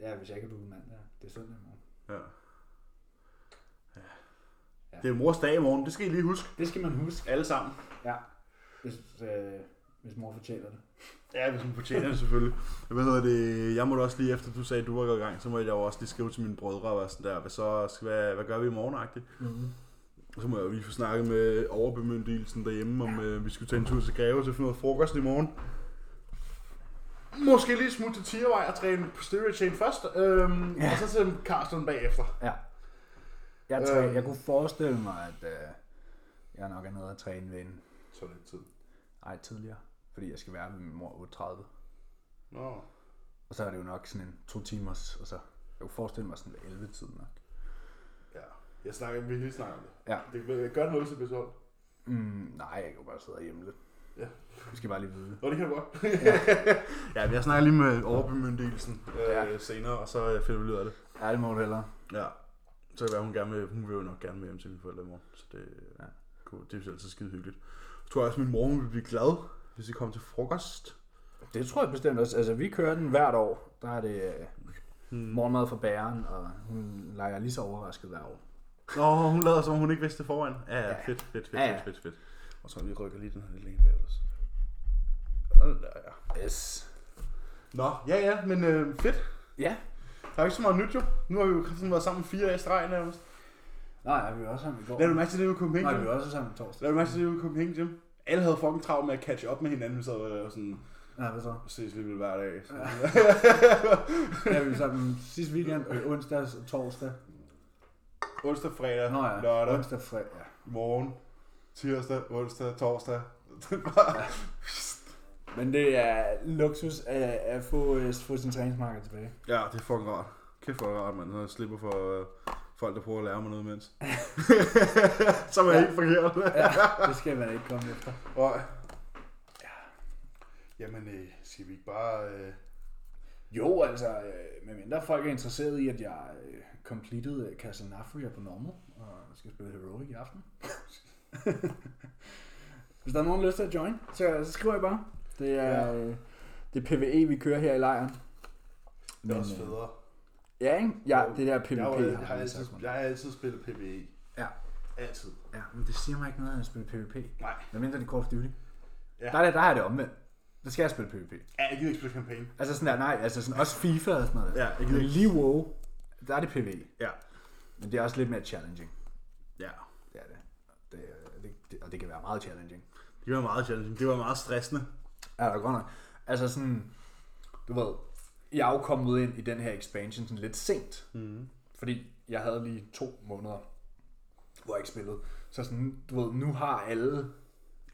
A: Ja, hvis jeg ikke er booket mandag. Det er søndag i morgen.
B: Ja.
A: Ja.
B: ja. Det er mors dag i morgen. Det skal I lige huske.
A: Det skal man huske,
B: Alle sammen.
A: hvis, øh, hvis mor fortæller det.
B: Ja, hvis hun fortjener det selvfølgelig. Hvad hedder det? Jeg måtte også lige, efter du sagde, at du var gået i gang, så måtte jeg jo også lige skrive til mine brødre og være sådan der, hvad, så, skal- hvad, hvad gør vi i morgen -agtigt?
A: Mm-hmm.
B: Og så må jeg jo lige få snakket med overbemyndigelsen derhjemme, om øh, vi skulle tage en tur til Greve til at få noget frokost i morgen. Måske lige smutte til Tiervej og træne på Stereo Chain først, øhm, ja. og så til Carsten bagefter.
C: Jeg, træ,
A: Øh.
B: Øhm.
C: jeg kunne forestille mig, at øh, jeg nok er nede at træne ved en
B: Så lidt tid.
C: ej tidligere, fordi jeg skal være med min mor 8.30.
B: Nå.
C: Og så er det jo nok sådan en to timers, og så jeg kunne forestille mig sådan ved 11 tiden nok.
B: Ja. Jeg snakker, vi lige snakker om det.
C: Ja.
B: Det kan gøre noget til episode.
C: Mm, nej, jeg kan jo bare sidde herhjemme lidt.
B: Ja.
C: Vi skal bare lige vide det.
B: Nå, det kan du godt. [LAUGHS] ja, vi har snakket lige med overbemyndigelsen øh,
C: Ja.
B: senere, og så øh, finder vi ud af det.
C: Ja, det må du hellere.
B: Ja. Så kan det være, hun, gerne vil, hun vil jo nok gerne med hjem til mine forældre i morgen. Så det,
C: Ja.
B: ja. det er jo altid skide hyggeligt. Jeg tror også, at min mor hun vil blive glad, hvis vi kommer til frokost.
C: Det tror jeg bestemt også. Altså, vi kører den hvert år. Der er det øh,
B: Hmm.
C: morgenmad fra bæren, og hun leger lige så overrasket hver år.
B: Nå, hun lader som om, hun ikke vidste det foran. Ja, ja,
C: Ja.
B: fedt, fedt, fedt,
C: Ja, ja.
B: fedt, fedt, fedt. Og så vi rykker lige den her lidt længere bagud. så. Hold da, ja.
C: Yes.
B: Nå, ja, ja, men øh, fedt.
C: Ja.
B: Der er jo ikke så meget nyt jo. Nu har vi jo sådan været sammen fire dage i streg nærmest.
A: Nej, vi var også sammen i går.
B: Lad du mærke til det ude i
A: Nej,
B: Copenhagen?
A: vi
B: Gym?
A: var også sammen torsdag.
B: Lad du mærke til det ude i Copenhagen? Gym? Alle havde fucking travlt med at catch up med hinanden, så var det jo sådan,
A: Ja, hvad så?
B: ses lige ved hver dag. Så.
A: Ja, vi var sammen sidste weekend, øh, onsdag og torsdag.
B: Onsdag, fredag,
A: Nå ja,
B: lørdag,
A: onsdag fredag. Ja.
B: i morgen. tirsdag, onsdag, torsdag. Det er bare-
D: Men det er luksus at, at få, øh, få sin træningsmarked tilbage.
B: ja, det er fucking rart. Kæft for rart, mand. Når jeg slipper for øh, folk, der prøver at lære mig noget imens. Så var jeg helt forkert.
D: Ja, det skal man ikke komme efter.
B: Og, Jamen, øh, skal vi ikke bare... Øh...
D: Jo, altså, øh, medmindre folk er interesseret i, at jeg øh, completed øh, Casanafria på normal, og skal spille Heroic i
B: [LAUGHS]
D: aften. Hvis der er nogen der har lyst til at join, så, så skriver jeg bare. Det er, øh, det er PvE, vi kører her i lejren.
B: Det er også
D: øh,
B: federe.
D: Ja, ikke? Ja, det der PvP.
B: Jeg, har,
D: har
B: jeg, har
D: jeg
B: altid,
D: sagt.
B: jeg har altid spillet PvE.
A: Ja.
B: Altid.
A: Ja, men det siger mig ikke noget, at jeg spiller PvP.
B: Nej.
A: Hvad mindre det er Call of Duty?
B: Ja.
A: Ja. Der, er det, der er det omvendt. Der skal jeg spille PvP.
B: Ja, jeg gider ikke spille kampagne.
A: Altså sådan der, nej, altså sådan også FIFA og sådan noget.
B: Ja, jeg gider
A: Men
B: ikke.
A: lige WoW, der er det
D: E.
A: PvE.
B: Ja.
A: Men det er også lidt mere challenging.
B: Ja.
A: Det er det. det, er- det, det og det kan være meget challenging.
B: Det var meget challenging. Det var meget stressende.
A: Ja, der er godt nok. Altså sådan, du ved, jeg er jo kommet ind i den her expansion sådan lidt sent.
B: Mm.
A: Fordi jeg havde lige to måneder, hvor jeg ikke spillede. Så sådan, du ved, nu har alle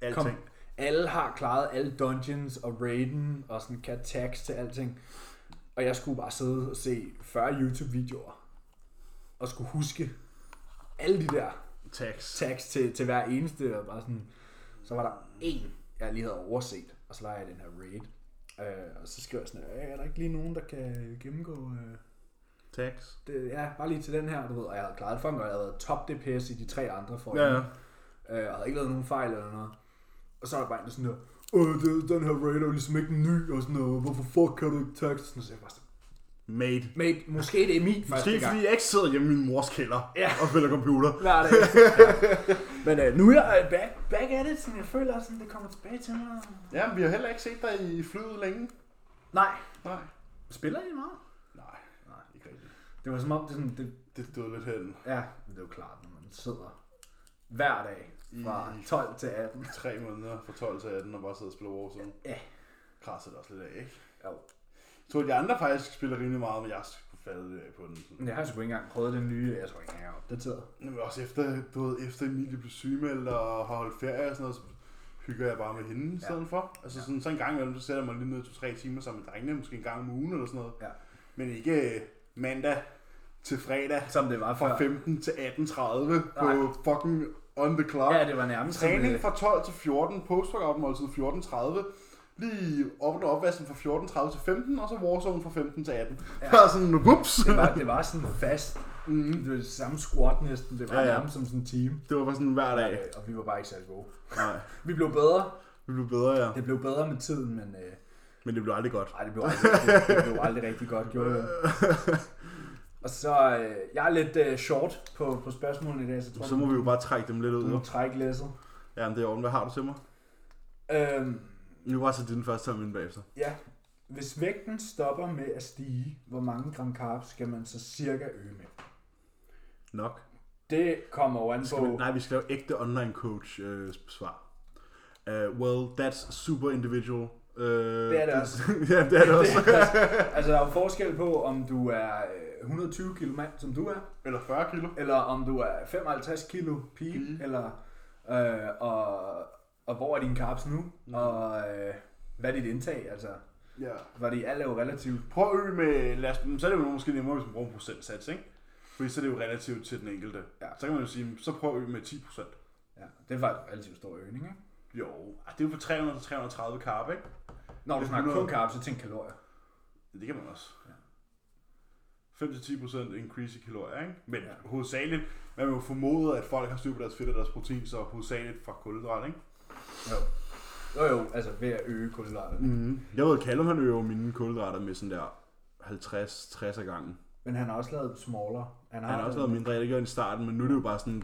B: Alting.
A: Kom.
B: Kom.
A: Alle har klaret alle dungeons og raiden og sådan kan tags til alting. Og jeg skulle bare sidde og se 40 YouTube-videoer og skulle huske alle de der
B: Tax.
A: tags til, til hver eneste. Og bare sådan, så var der en, jeg lige havde overset, og så var jeg i den her raid. Øh, og så skrev jeg sådan, "Øh, er der ikke lige nogen, der kan gennemgå... Øh,
B: Tax.
A: det, ja, bare lige til den her, du ved. Og jeg havde klaret det for mig, og jeg havde været top DPS i de tre andre for
B: Ja, ja.
A: Øh, og havde ikke lavet nogen fejl eller noget. Og så er der bare en der sådan der, Åh, det, den her raid er jo ligesom ikke ny, og sådan noget, hvorfor fuck kan du ikke tage? Sådan, så jeg bare sådan,
B: Mate.
A: mate, måske det er min første
B: Måske
A: gang.
B: fordi jeg ikke sidder hjemme i min mors kælder
A: Ja.
B: og spiller computer.
A: Hver dag. [LAUGHS] Men øh, nu er jeg øh, back, back at it, sådan, jeg føler sådan, det kommer tilbage til mig.
B: Ja, vi har heller ikke set dig i flyet længe.
A: Nej.
B: Nej.
A: Spiller I meget?
B: Nej, nej, ikke rigtigt.
A: Det var som om, det, sådan, det,
B: Det døde lidt hen.
A: ja, det er jo klart, når man sidder hver dag fra
B: I-
A: 12 til 18.
B: Tre måneder fra 12 til 18 og bare sidder og spiller Warzone.
A: Ja.
B: Krasser det også lidt af, ikke?
A: Jo.
B: Jeg tror, at de andre faktisk spiller rimelig meget, men jeg skulle falde lidt af på den.
A: Men Jeg har sgu ikke engang prøvet den nye, jeg tror ikke, jeg er opdateret.
B: Men også efter, du ved, efter Emilie blev sygemeldt og har holdt ferie og sådan noget, så hygger jeg bare med hende i stedet for. Altså sådan, så en gang imellem, så sætter man lige ned til tre timer sammen med drengene, måske en gang om ugen eller sådan noget.
A: Ja.
B: Men ikke øh, mandag til fredag
A: Som det var før.
B: fra 15 til 18.30 på
A: Nej.
B: fucking on the clock.
A: Ja, det var nærmest som,
B: Træning
A: øh,
B: fra 12 til 14, post-workout måltid 14.30, lige op og opvasken fra 14.30 til 15, og så Warzone fra 15 til 18. Ja.
A: Ja.
B: Bare sådan, whoops!
A: det var, det var sådan fast.
B: Mhm.
A: Det var det samme squat næsten. Det var
B: Ja,
A: Mm-hmm. ja,
B: ja.
A: ja. nærmest som sådan en team. Øh,
B: Det var bare sådan hver dag.
A: Og vi var bare ikke særlig gode.
B: Nej,
A: Vi blev bedre.
B: det blev bedre, ja.
A: Det blev bedre med tiden, men øh,
B: Men det blev aldrig godt.
A: ej, det, blev aldrig, det, det blev aldrig rigtig godt gjort.
B: Øh.
A: vel? Og så, øh, jeg er lidt øh, short på, på spørgsmålene i dag, så tror
B: Så må vi jo bare trække dem lidt
A: du
B: ud.
A: må
B: jo.
A: trække læsset.
B: Ja, men det er orden. Hvad har du til mig?
A: Øhm,
B: Nu var så din første og min bagefter.
A: ja, hvis vægten stopper med at stige, hvor mange gram carbs skal man så cirka øge med?
B: Nok.
A: Det kommer jo an
B: Skal
A: [LAUGHS]
B: vi,
A: på...
B: nej, vi skal lave ægte online coach øh, svar. Uh, well, that's super individual. Uh, det
A: er det også.
B: [LAUGHS] ja, det er det også.
A: [LAUGHS] Altså, der er jo forskel på, om du er øh, 120 kilo mand, som du er,
B: Eller 40 kilo.
A: eller om du er 55 kilo pige,
B: Mhm.
A: mm. eller øh, og, og hvor er dine carbs nu, mm. og øh, hvad er dit indtag, altså,
B: Ja.
A: var det alt er jo relativt.
B: Prøv at øge med, lad os, men så er det jo måske nemmere, hvis man bruger en procentsats, ikke? Fordi så er det jo relativt til den enkelte.
A: Ja.
B: Så kan man jo sige, så prøv at øge med 10 procent.
A: Ja, det er faktisk en relativt stor øgning, ikke?
B: Jo, ah, det er jo fra 300 til 330 carb, ikke?
A: Når du
B: Det er
A: snakker
B: 100.
A: kun carbs, så tænk kalorier.
B: Det kan man også.
A: Ja.
B: 5-10% increase i kalorier, ikke? Men ja.
A: Ja.
B: hovedsageligt, man vil jo formode, at folk har styr på deres fedt og deres protein, så hovedsageligt fra kulhydrat, ikke?
A: Jo. Jo jo, altså ved at øge kulhydraterne. Mm.
B: Mm. Jeg ved, Callum han øger mine kulhydrater med sådan der 50-60 af gangen.
A: Men han har også lavet smaller.
B: Han har også lavet mindre, jeg Ah, det gjorde i starten, men nu er det jo bare sådan,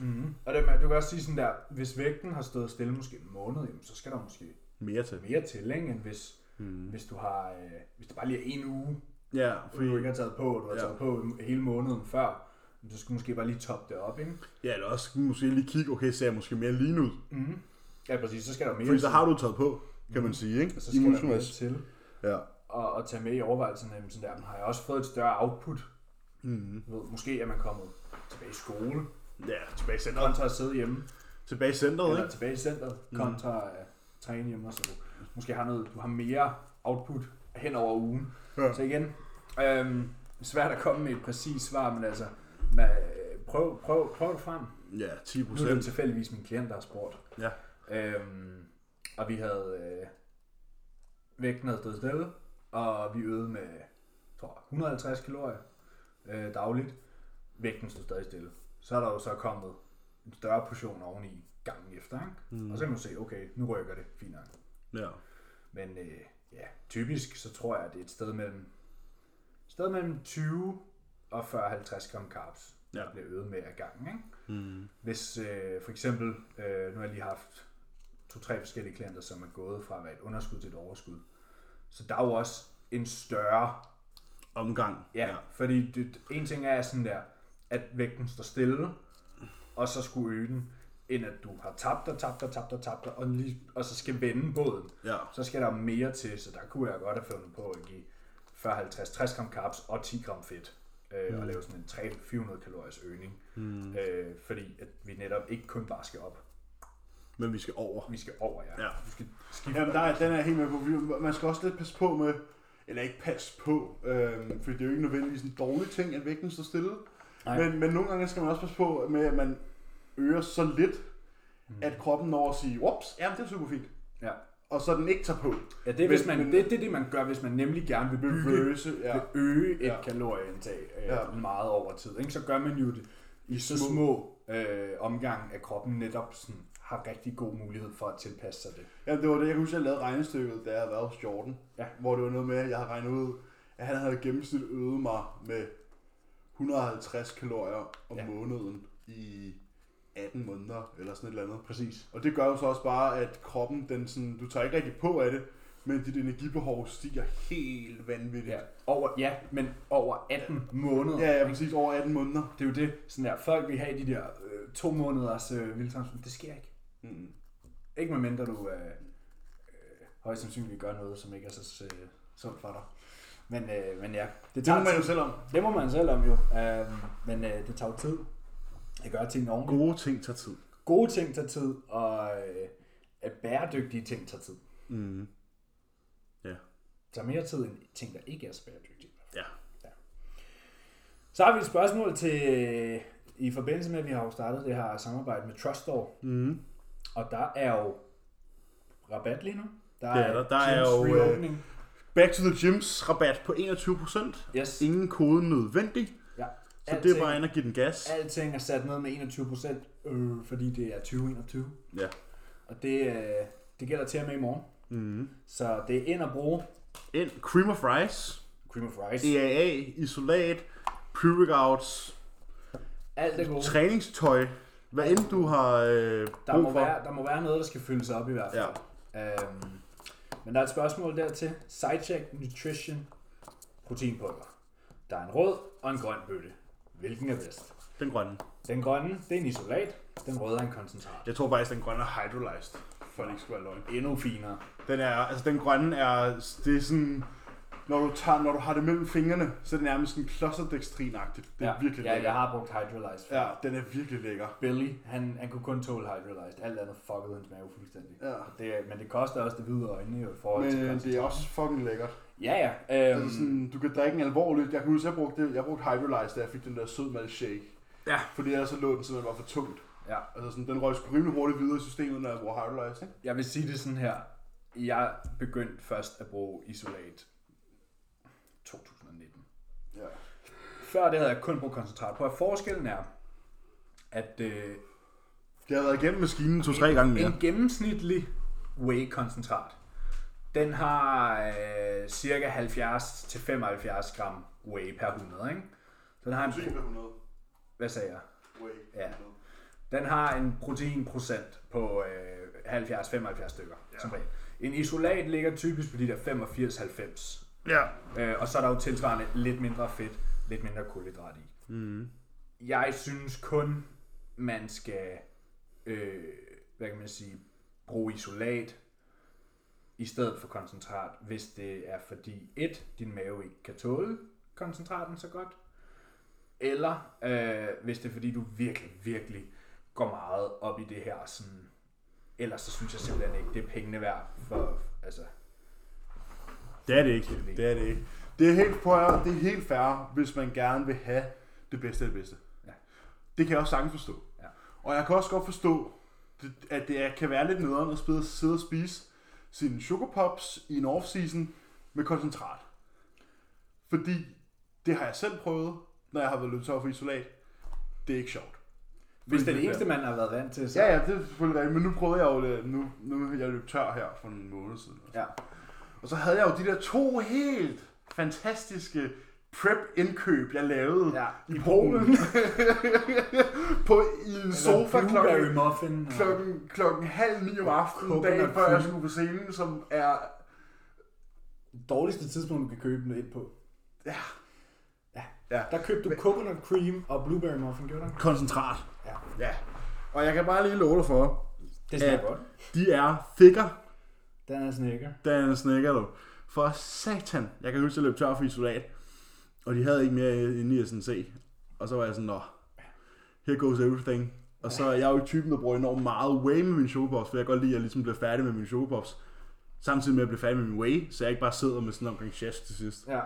A: Mm. Og det, man- du kan også sige sådan der, hvis vægten har stået stille måske en måned, jamen, så skal der måske
B: mere til.
A: mere til, ikke? end hvis,
B: Mm.
A: hvis du har, øh, hvis det bare lige er en uge,
B: Ja,
A: fordi du ikke
B: fordi,
A: har taget på, og du har
B: Mm. Ja.
A: ja. taget på hele måneden før, så skal du måske bare lige toppe det op, ikke?
B: ja, eller også måske lige kigge, okay, ser jeg måske mere lige ud?
A: Mm. Ja, præcis, så skal der mere
B: Fordi så
A: til,
B: har du taget på, kan man sige, ikke?
A: og så
B: I
A: skal der mere
B: muskelmasse.
A: til
B: Ja.
A: og, og tage med i overvejelserne, jamen, sådan der, men har jeg også fået et større output?
B: Mm.
A: Du ved, måske er man kommet tilbage i skole,
B: Ja, tilbage i centret.
A: kontra at sidde hjemme.
B: Tilbage i centret,
A: Eller
B: ikke?
A: tilbage i centret, kontra at øh, træne hjemme, så du måske har noget, du har mere output hen over ugen.
B: Ja.
A: Ja. Så igen, øhm, svært at komme med et præcist svar, men altså, man, prøv, prøv, prøv det frem.
B: Ja, 10
A: Nu er det
B: procent.
A: tilfældigvis min klient, der har spurgt.
B: Ja.
A: Øhm, og vi havde øh, vægten havde stået stille, og vi øvede med tror, jeg, 150 kalorier øh, dagligt. Vægten stod stadig stille. Så er der jo så kommet en større portion oveni gangen efter. Ikke? Mm. Og så kan man se, okay, nu rykker det fint nok.
B: Ja.
A: Men øh, ja, typisk så tror jeg, at det er et sted mellem, et sted mellem 20 og 40-50 gram carbs,
B: Ja.
A: der bliver øget med ad gangen. Ikke?
B: Mm.
A: Hvis øh, for eksempel, øh, nu har jeg lige haft to-tre forskellige klienter, som er gået fra at være et underskud til et overskud. Så der er jo også en større,
B: Omgang.
A: ja, ja. fordi det, en ting er sådan der, at vægten står stille, og så skulle øge den, end at du har tabt og tabt og tabt og tabt, og, lige, og så skal vende båden.
B: Ja.
A: Så skal der mere til, så der kunne jeg godt have fundet på at give 40, 50, 60 gram carbs og 10 gram fedt. Øh, mm. Og lave sådan en 300-400 kaloriers øgning. Mm. Øh, fordi at vi netop ikke kun bare skal op.
B: Men vi skal over.
A: Vi skal over, ja.
B: Ja.
A: Vi skal skifte.
B: Jamen, der er, den er jeg helt med på. Vi- Man skal også lidt passe på med, eller ikke passe på, øhm, fordi det er jo ikke nødvendigvis en dårlig ting, at vægten står stille.
A: Nej.
B: Men, men nogle gange skal man også passe på med, at man øger så lidt, mm. at kroppen når at sige, ups, jamen det er super fint.
A: Ja.
B: Og så den ikke tager på.
A: Ja, det er, hvis
B: Men-
A: man,
B: men-
A: det, det er det, man gør, hvis man nemlig gerne vil bygge,
B: Reverse, ja.
A: ja. vil øge et
B: Ja.
A: ja. kalorieindtag øh,
B: Ja.
A: ja. meget over tid. Ikke? Så gør man jo det i så små øh, omgang, at kroppen netop sådan, har rigtig god mulighed for at tilpasse sig det.
B: Ja, det var det, jeg kan huske, jeg lavede regnestykket, da jeg var hos Jordan.
A: Ja.
B: Hvor det var noget med, at jeg har regnet ud, at han havde gennemsnit øget mig med 150 kalorier om ja.
A: Ja.
B: måneden i 18 måneder, eller sådan et eller andet.
A: Præcis.
B: Og det gør jo så også bare, at kroppen, den sådan, du tager ikke rigtig på af det, men dit energibehov stiger helt vanvittigt.
A: Ja, over, ja men over 18 måneder.
B: ja, ja præcis over 18 måneder.
A: Det er jo det, sådan der, folk vil have de der øh, to måneders øh, vildtransport. Det sker ikke.
B: Mm.
A: Ikke medmindre du øh, øh, højst sandsynligt gør noget, som ikke er så øh, sundt for dig. Men, øh, men ja, det
B: Det
A: tager
B: må man jo
A: tid.
B: selv om.
A: Det må man selv om jo. Øh, men øh, det tager jo tid at gøre ting ordentligt.
B: Gode ting tager tid.
A: Gode ting tager tid, og øh, at bæredygtige ting tager tid.
B: Mm. Ja.
A: Det tager mere tid end ting, der ikke er så bæredygtige.
B: Ja.
A: Så har vi et spørgsmål til, øh, i forbindelse med, at vi har jo startet det her samarbejde med Trustore.
B: Mm.
A: Og der er jo rabat lige nu. Der
B: Det er der. Der er
A: gyms
B: jo, øh,
A: reopening.
B: Back to the Gyms rabat på 21%.
A: Yes.
B: Ingen kode nødvendig.
A: Ja.
B: Så det er bare ind og give den gas.
A: alting er sat ned med 21 procent, øh, fordi det er 2021.
B: Ja.
A: Og det, øh, det gælder til og med i morgen.
B: Mm.
A: Så det er ind og bruge
B: Ind. Cream of rice.
A: cream of rice. Yeah.
B: EAA. Isolat. Pre-workouts.
A: Alt det gode.
B: Træningstøj. Hvad end du har øh,
A: Oh. Der
B: brug
A: må,
B: for.
A: være, der må være noget, der skal fyldes op i hvert fald.
B: Ja.
A: Øhm, men der er et spørgsmål dertil. Sidecheck Nutrition proteinpulver. Der er en rød og en grøn bøtte. Hvilken er bedst?
B: Den grønne.
A: Den grønne, det er en isolat. Den røde er en koncentrat.
B: Jeg tror faktisk, den grønne er hydrolyzed. For det ikke skulle være løgn.
A: Endnu finere.
B: Den er, altså den grønne er, det er sådan, når du, tager, når du har det mellem fingrene, så er det nærmest sådan klosterdextrin-agtigt. Det er
A: ja,
B: virkelig
A: ja,
B: lækker.
A: jeg har brugt Hydrolyzed. Ja.
B: Ja, den er virkelig lækker.
A: Billy, han, han kunne kun tåle Hydrolyzed. Alt andet fuckede hans mave fuldstændig.
B: Ja.
A: Det, er- men det koster også det hvide øjne i forhold til
B: Men øh, det
A: koncentrat.
B: er også fucking lækkert.
A: Ja, ja.
B: Altså
A: Øhm,
B: sådan, du kan drikke en alvorlig... Jeg kan huske, jeg brugte, det- jeg brugte Hydrolyzed, da jeg fik den der sød malt shake.
A: Ja.
B: Fordi ellers så lå den simpelthen var for tungt.
A: ja.
B: Altså sådan, den røg sgu rimelig hurtigt videre i systemet, når jeg bruger Hydrolyzed, ikke?
A: Jeg vil sige det sådan her. Jeg begyndte først at bruge isolat 2019.
B: Ja.
A: Før det havde jeg kun brugt koncentrat. Prøv at forskellen er, at øh,
B: Det har været igennem maskinen to-tre gange mere.
A: en gennemsnitlig whey-koncentrat, den har øh, cirka 70-75 gram whey per 100, ikke? Så den har en,
B: 100.
A: hvad sagde jeg?
B: Way.
A: Ja. Den har en proteinprocent på øh, 70-75 stykker, ja. som regel. En isolat ligger typisk på de der 85-90.
B: Ja.
A: Øh, og så er der jo tilsvarende lidt mindre fedt, lidt mindre kulhydrat i. Mm. Jeg synes kun, man skal, øh, hvad kan man sige, bruge isolat i stedet for koncentrat, hvis det er fordi, et, din mave ikke kan tåle koncentraten så godt, eller øh, hvis det er fordi, du virkelig, virkelig
E: går meget op i det her, sådan, ellers så synes jeg simpelthen ikke, det er pengene værd for, altså,
B: Det er det ikke. Det er det ikke. Det er helt, prøv at, høre, det er helt fair, hvis man gerne vil have det bedste af det bedste.
E: Ja.
B: Det kan jeg også sagtens forstå.
E: Ja.
B: Og jeg kan også godt forstå, det- at det er, kan være lidt nederen at spide- sidde og spise sine chokopops i en off-season med koncentrat. Fordi det har jeg selv prøvet, når jeg har været løbet tør for isolat. Det er ikke sjovt.
E: hvis det er det eneste, man har været vant til, så
B: Ja, ja, det er selvfølgelig rigtigt, men nu prøvede jeg jo det. Nu, nu er jeg løbet tør her for en måned siden.
E: ja.
B: Og så havde jeg jo de der to helt fantastiske prep-indkøb, jeg lavede
E: Ja,
B: i Polen. på, I en sofa klokken,
E: Blueberry muffin. og-
B: klokken, klokken halv ni om aftenen,
E: Coconut
B: dagen før jeg
E: cream.
B: skulle på scenen, som er...
E: dårligste tidspunkt, du kan købe den ind på.
B: Ja.
E: Ja.
B: Ja.
E: Der købte du coconut cream og blueberry muffin, gjorde du ikke?
B: Koncentrat.
E: Ja.
B: Ja. Og jeg kan bare lige love dig for,
E: Det smager
B: Ja.
E: godt.
B: de er thicker
E: Den er snikker.
B: Dan Snicker, du. For satan, jeg kan huske, at jeg løb tør for isolat. Og de havde ikke mere inde i SNC. Og så var jeg sådan, nå, here goes everything. Og så er jeg jo ikke typen, der bruger enormt meget whey med min chokopops, for jeg kan godt lide, at jeg ligesom bliver færdig med min chokopops. Samtidig med at jeg bliver færdig med min whey, så jeg ikke bare sidder med sådan omkring chest til sidst.
E: Ja.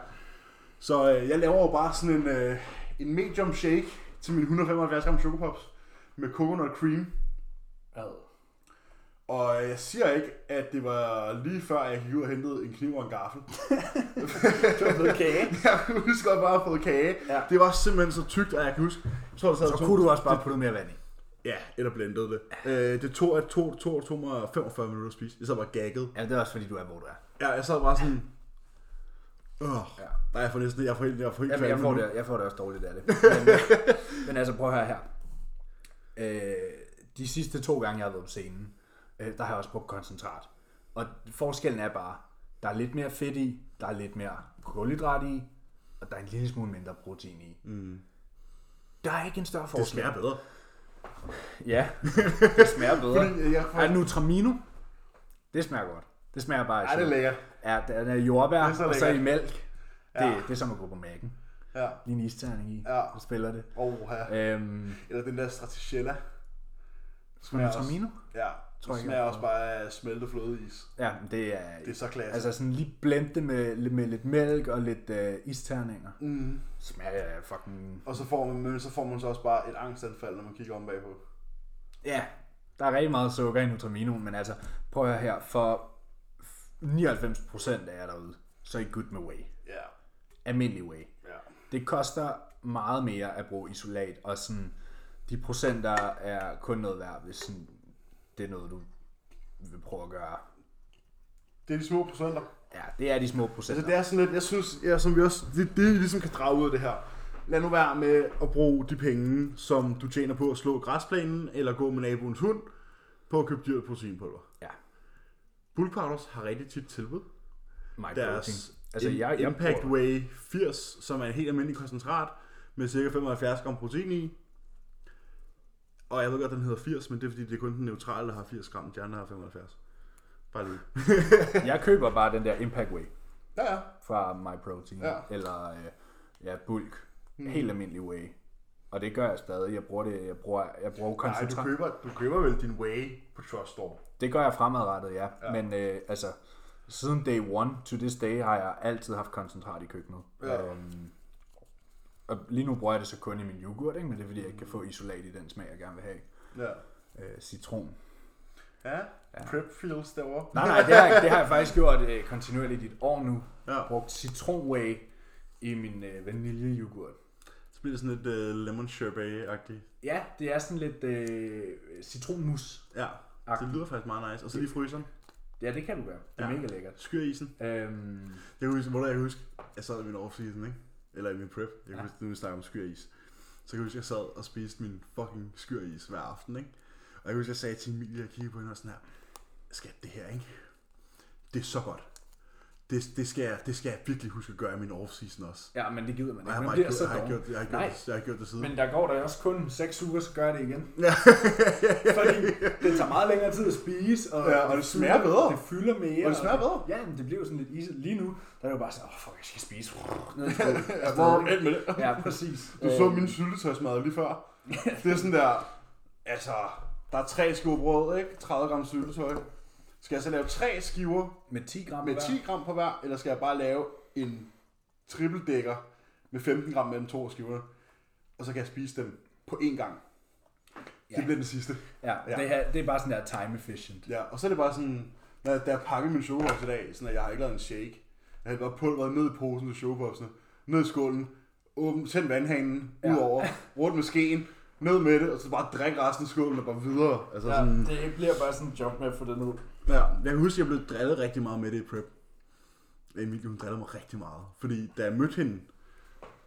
B: Så øh, jeg laver jo bare sådan en, øh, en medium shake til min 175 gram chokopops med coconut cream.
E: Ad.
B: Og øh, jeg siger ikke, at det var lige før, jeg gik ud og hentede en kniv og en gaffel.
E: Du har fået kage.
B: [LAUGHS] Jeg kan huske, at jeg bare havde fået kage.
E: Ja.
B: Det var simpelthen så tykt, at jeg kan huske. Jeg tror, det sad
A: Så
B: to-
A: kunne du også bare putte mere vand i.
B: Ja, eller blendet det. Øh, det tog, at to, to, tog mig 45 minutter at spise. Jeg sad bare gagget.
A: Ja, det er også fordi, du er, hvor du er.
B: Ja, jeg sad bare sådan... Åh,
A: Ja.
B: nej, jeg får næsten... Jeg får helt... Jeg får helt
A: Ja, men jeg,
B: kvalme
A: får
B: nu.
A: det, jeg får det også dårligt af det. Men, øh, men altså, prøv at høre her. Øh, de sidste to gange, jeg har været på scenen, øh, der har jeg også brugt koncentrat. Og forskellen er bare, der er lidt mere fedt i, der er lidt mere kulhydrat i, og der er en lille smule mindre protein i. Mm. Der er ikke en større
B: Det
A: forskel.
B: smager bedre.
A: Ja, det smager bedre.
B: Fordi øh, jeg får...
A: Ej, Nutramino, det smager godt. Det smager bare af
B: Ej, det er
A: chokolade.
B: lækkert.
A: Ja, den er jordbær,
B: er så
A: og så
B: lækkert.
A: i mælk. Det,
B: Ja.
A: det er som at gå på mækken.
B: Ja.
A: Lige en isterning i,
B: Ja.
A: og spiller det.
B: Åh, her.
A: Øhm,
B: Eller den der strategella.
A: Med Nutramino?
B: Ja,
A: Tror
B: det
A: jeg
B: smager
A: ikke.
B: også bare af smeltet flødeis.
A: Ja, men det er...
B: Det er så klasse.
A: Altså sådan lige blende det med, lidt- med lidt mælk og lidt øh, isterninger. Mm. Smager af fucking...
B: Og så får man, men så får man så også bare et angstanfald, når man kigger om bagpå.
A: Ja, der er rigtig meget sukker i Nutraminoen, men altså, prøv at høre her. For 99% af jer derude, så er I good med whey.
B: Ja.
A: Almindelig whey.
B: Ja.
A: Det koster meget mere at bruge isolat, og sådan, de procenter er kun noget værd, hvis sådan, det er noget, du vil prøve at gøre.
B: Det er de små procenter.
A: Ja, det er de små procenter.
B: Altså det er sådan lidt, jeg synes, ja, som vi også, det, det vi ligesom kan drage ud af det her. Lad nu være med at bruge de penge, som du tjener på at slå græsplænen, eller gå med naboens hund, på at købe dyrt proteinpulver.
A: Ja,
B: Bulk Powders har rigtig tit tilbud.
A: my
B: Deres
A: protein. Altså, jeg, jeg
B: Impact
A: bruger-
B: Whey 80, som er en helt almindelig koncentrat, med ca. 75 gram protein i. Og jeg ved godt, den hedder 80, men det er fordi, det er kun den neutrale, der har 80 gram, de andre har 75. Bare lige.
A: Jeg køber bare den der Impact Way
B: Ja, ja.
A: fra MyProtein,
B: Ja. Hmm.
A: ja. eller øh, ja, Bulk, mm. helt almindelig Way. Og det gør jeg stadig. Jeg bruger det, jeg bruger, jeg bruger
B: Nej, du
A: koncentrat.
B: køber, du køber vel din Whey på Trust Store.
A: Det gør jeg fremadrettet, ja. ja. Men øh, altså, siden day one to this day har jeg altid haft koncentrat i køkkenet.
B: Ja.
A: Øhm, og lige nu bruger jeg det så kun i min yoghurt, ikke? men det er fordi, jeg ikke kan få isolat i den smag, jeg gerne vil have.
B: Ja.
A: Øh, citron.
B: Ja, prep feels derovre.
A: Nej, nej, det har, jeg- det har jeg faktisk gjort øh, kontinuerligt i et år nu.
B: Ja.
A: Jeg har brugt citronway i min øh, vaniljeyoghurt.
B: Så bliver det sådan lidt uh, lemon sherbet-agtigt.
A: Ja, det er sådan lidt øh, citronmus.
B: Ja,
A: Agtigt.
B: det lyder faktisk meget nice. Og så lige fryseren.
A: Ja, det kan du gøre. Det er
B: Ja.
A: ja. mega lækkert.
B: Skyr isen.
A: Øhm,
B: Jeg kan huske, hvor der jeg kan huske, jeg sad i min off ikke? Eller i min prep. Jeg kan ja. huske, nu vi snakker om skyr is. Så kan jeg huske, jeg sad og spiste min fucking skyr is hver aften, ikke? Og jeg kan huske, jeg sagde til Emilie, jeg kiggede på hende og sådan her, skat, det her, ikke? Det er så godt. Det, det, skal jeg, det skal jeg virkelig huske at gøre i min off-season også.
A: ja, men det gider man
B: Og jeg
A: ikke.
B: har
A: Man
B: bare
A: bliver
B: ikke
A: så
B: gjort, jeg har
A: dårlig.
B: gjort, jeg har gjort,
A: Nej,
B: det, jeg har gjort det siden.
A: men der går der også kun 6 uger, så gør jeg det igen. Fordi det tager meget længere tid at spise. Og,
B: [LAUGHS] Ja, og det smager
A: fylder-
B: bedre.
A: Det fylder mere.
B: Og det smager bedre.
A: Ja, men det bliver jo sådan lidt iset. Lige nu, der er det jo bare sådan, åh, oh, fuck, jeg skal spise. Ned i
B: [LAUGHS] Hvor
A: skålen.
B: med det.
A: ja, præcis. Øh, [LAUGHS]
B: Du så min syltetøjsmad lige før. Det er sådan der, Altså, der er tre skiver brød, ikke? 30 gram syltetøj. Skal jeg så lave tre skiver
A: Med 10 gram
B: med
A: hver?
B: 10 gram på hver, eller skal jeg bare lave en tripeldækker med 15 gram mellem to af skiverne, og så kan jeg spise dem på én gang. Ja.
A: Ja.
B: Det bliver den sidste.
A: Ja,
B: Ja.
A: ja. Det, her, det er bare sådan der time efficient.
B: Ja, og så er det bare sådan, når jeg, da jeg pakkede min chokopops i dag, sådan at jeg har ikke lavet en shake. Jeg har bare pulveret ned i posen til chokopopsene, ned i skålen, åben, tænd vandhanen, ja. ud over, rundt med skeen, ned med det, og så bare drikke resten af skålen og bare videre. Altså
C: Ja,
B: sådan,
C: det bliver bare sådan en job med at få den ud.
B: Ja, jeg kan huske, at jeg blev drillet rigtig meget med det i prep. Emilie, hun drillede mig rigtig meget. Fordi da jeg mødte hende,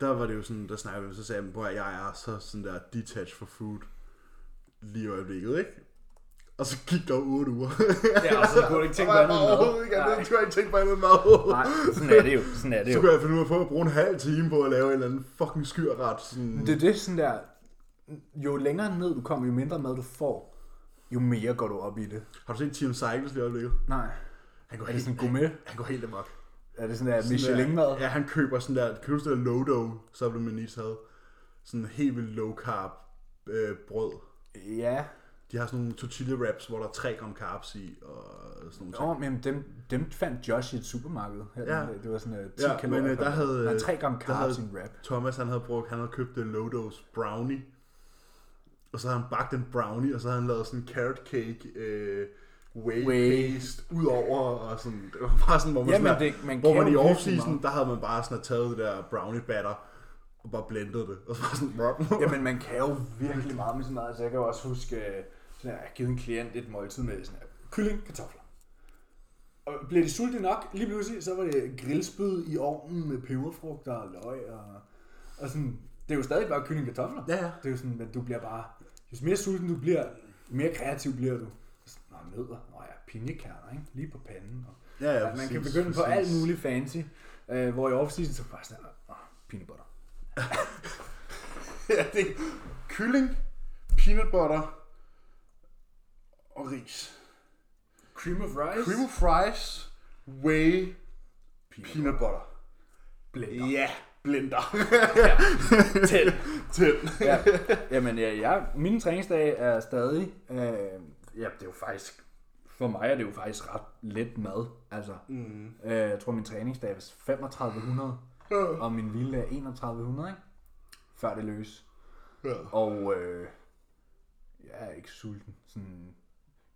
B: der var det jo sådan, der snakkede vi, så sagde jeg, at jeg er så sådan der detached for food lige i øjeblikket, ikke? Og så gik der 8 uger. [LAUGHS]
A: Ja, og så kunne du ikke tænke
B: Og
A: på
B: jeg
A: andet
B: var
A: end mad.
B: overhovedet ikke andet.
A: Nej.
B: Jeg kunne ikke tænke på andet end mad.
C: Nej, sådan er det jo. Sådan er
B: [LAUGHS]
C: det
B: Så
C: jo.
B: kunne jeg finde ud af på at bruge en halv time på at lave en eller anden fucking skyrret. Sådan.
C: [LAUGHS] Det er det sådan der, jo længere ned du kommer, jo mindre mad du får, jo mere går du op i det.
B: Har du set Team Cycles lige i øjeblikket?
C: Nej.
B: Han går
C: Er det
B: helt,
C: sådan en gourmet?
B: han går helt amok.
C: Er det sådan der
B: Sådan
C: Michelin-mad?
B: Der, ja, han køber sådan der, køber sådan der Lodo, supplementis havde. Sådan helt vildt low carb øh, brød.
C: Ja.
B: De har sådan nogle tortilla wraps, hvor der er 3 gram carbs i, og sådan nogle ting.
C: Nå, men dem, dem fandt Josh i et supermarked. Her
B: Ja.
C: ja. Det var sådan øh, 10
B: Ja,
C: kalorier.
B: men, øh,
C: per-
B: der havde,
C: Nej,
B: øh,
C: 3 gram
B: der
C: carbs i
B: havde-
C: en wrap.
B: Thomas, han havde brugt, han havde købt øh, Lodos brownie. Og så havde han bagt en brownie, og så havde han lavet sådan en carrot cake, øh, whey,
C: Whey.
B: paste ud over, og sådan, det var bare sådan, hvor man,
C: Jamen,
B: sådan, der-
C: det- man
B: hvor
C: kan
B: man i
C: jo virkelig
B: off-season,
C: meget.
B: der havde man bare sådan taget det der brownie batter, og bare blendet det, og så bare sådan, [LAUGHS]
C: Jamen, man kan jo
A: virkelig meget med sådan noget. Altså, jeg kan jo også huske, øh, sådan, at jeg har givet en klient et måltid med sådan her, kylling, kartofler. Og blev de sultne nok, lige pludselig, så var det grillspyd i ovnen med peberfrugter og løg. Og, og sådan, det er jo stadig bare kylling, kartofler.
B: Ja, ja.
A: Det er jo sådan, at du bliver bare, jo mere sulten du bliver, jo mere kreativ bliver du. Nå, nødder, nå ja, pinjekerner, ikke? Lige på panden. Og,
B: Ja, ja,
A: at man kan
B: præcis,
A: begynde på
B: præcis.
A: alt muligt fancy, øh, hvor i off-season, så bare sådan, åh, peanut butter.
B: [LAUGHS] ja, det er kylling, peanut butter og ris.
A: Cream of rice,
B: Cream of fries, whey, peanut, butter.
A: blender.
B: Ja, blender. [LAUGHS]
A: Tæt.
B: Til.
C: ja. Jamen, ja, jeg, mine træningsdage er stadig... Øh, ja, det er jo faktisk... For mig er det jo faktisk ret let mad. Altså, mm. øh, jeg tror, min træningsdag er 3500, og min hvile er 3100, ikke? Før det løs.
B: Ja.
C: Og øh, jeg er ikke sulten. Sådan,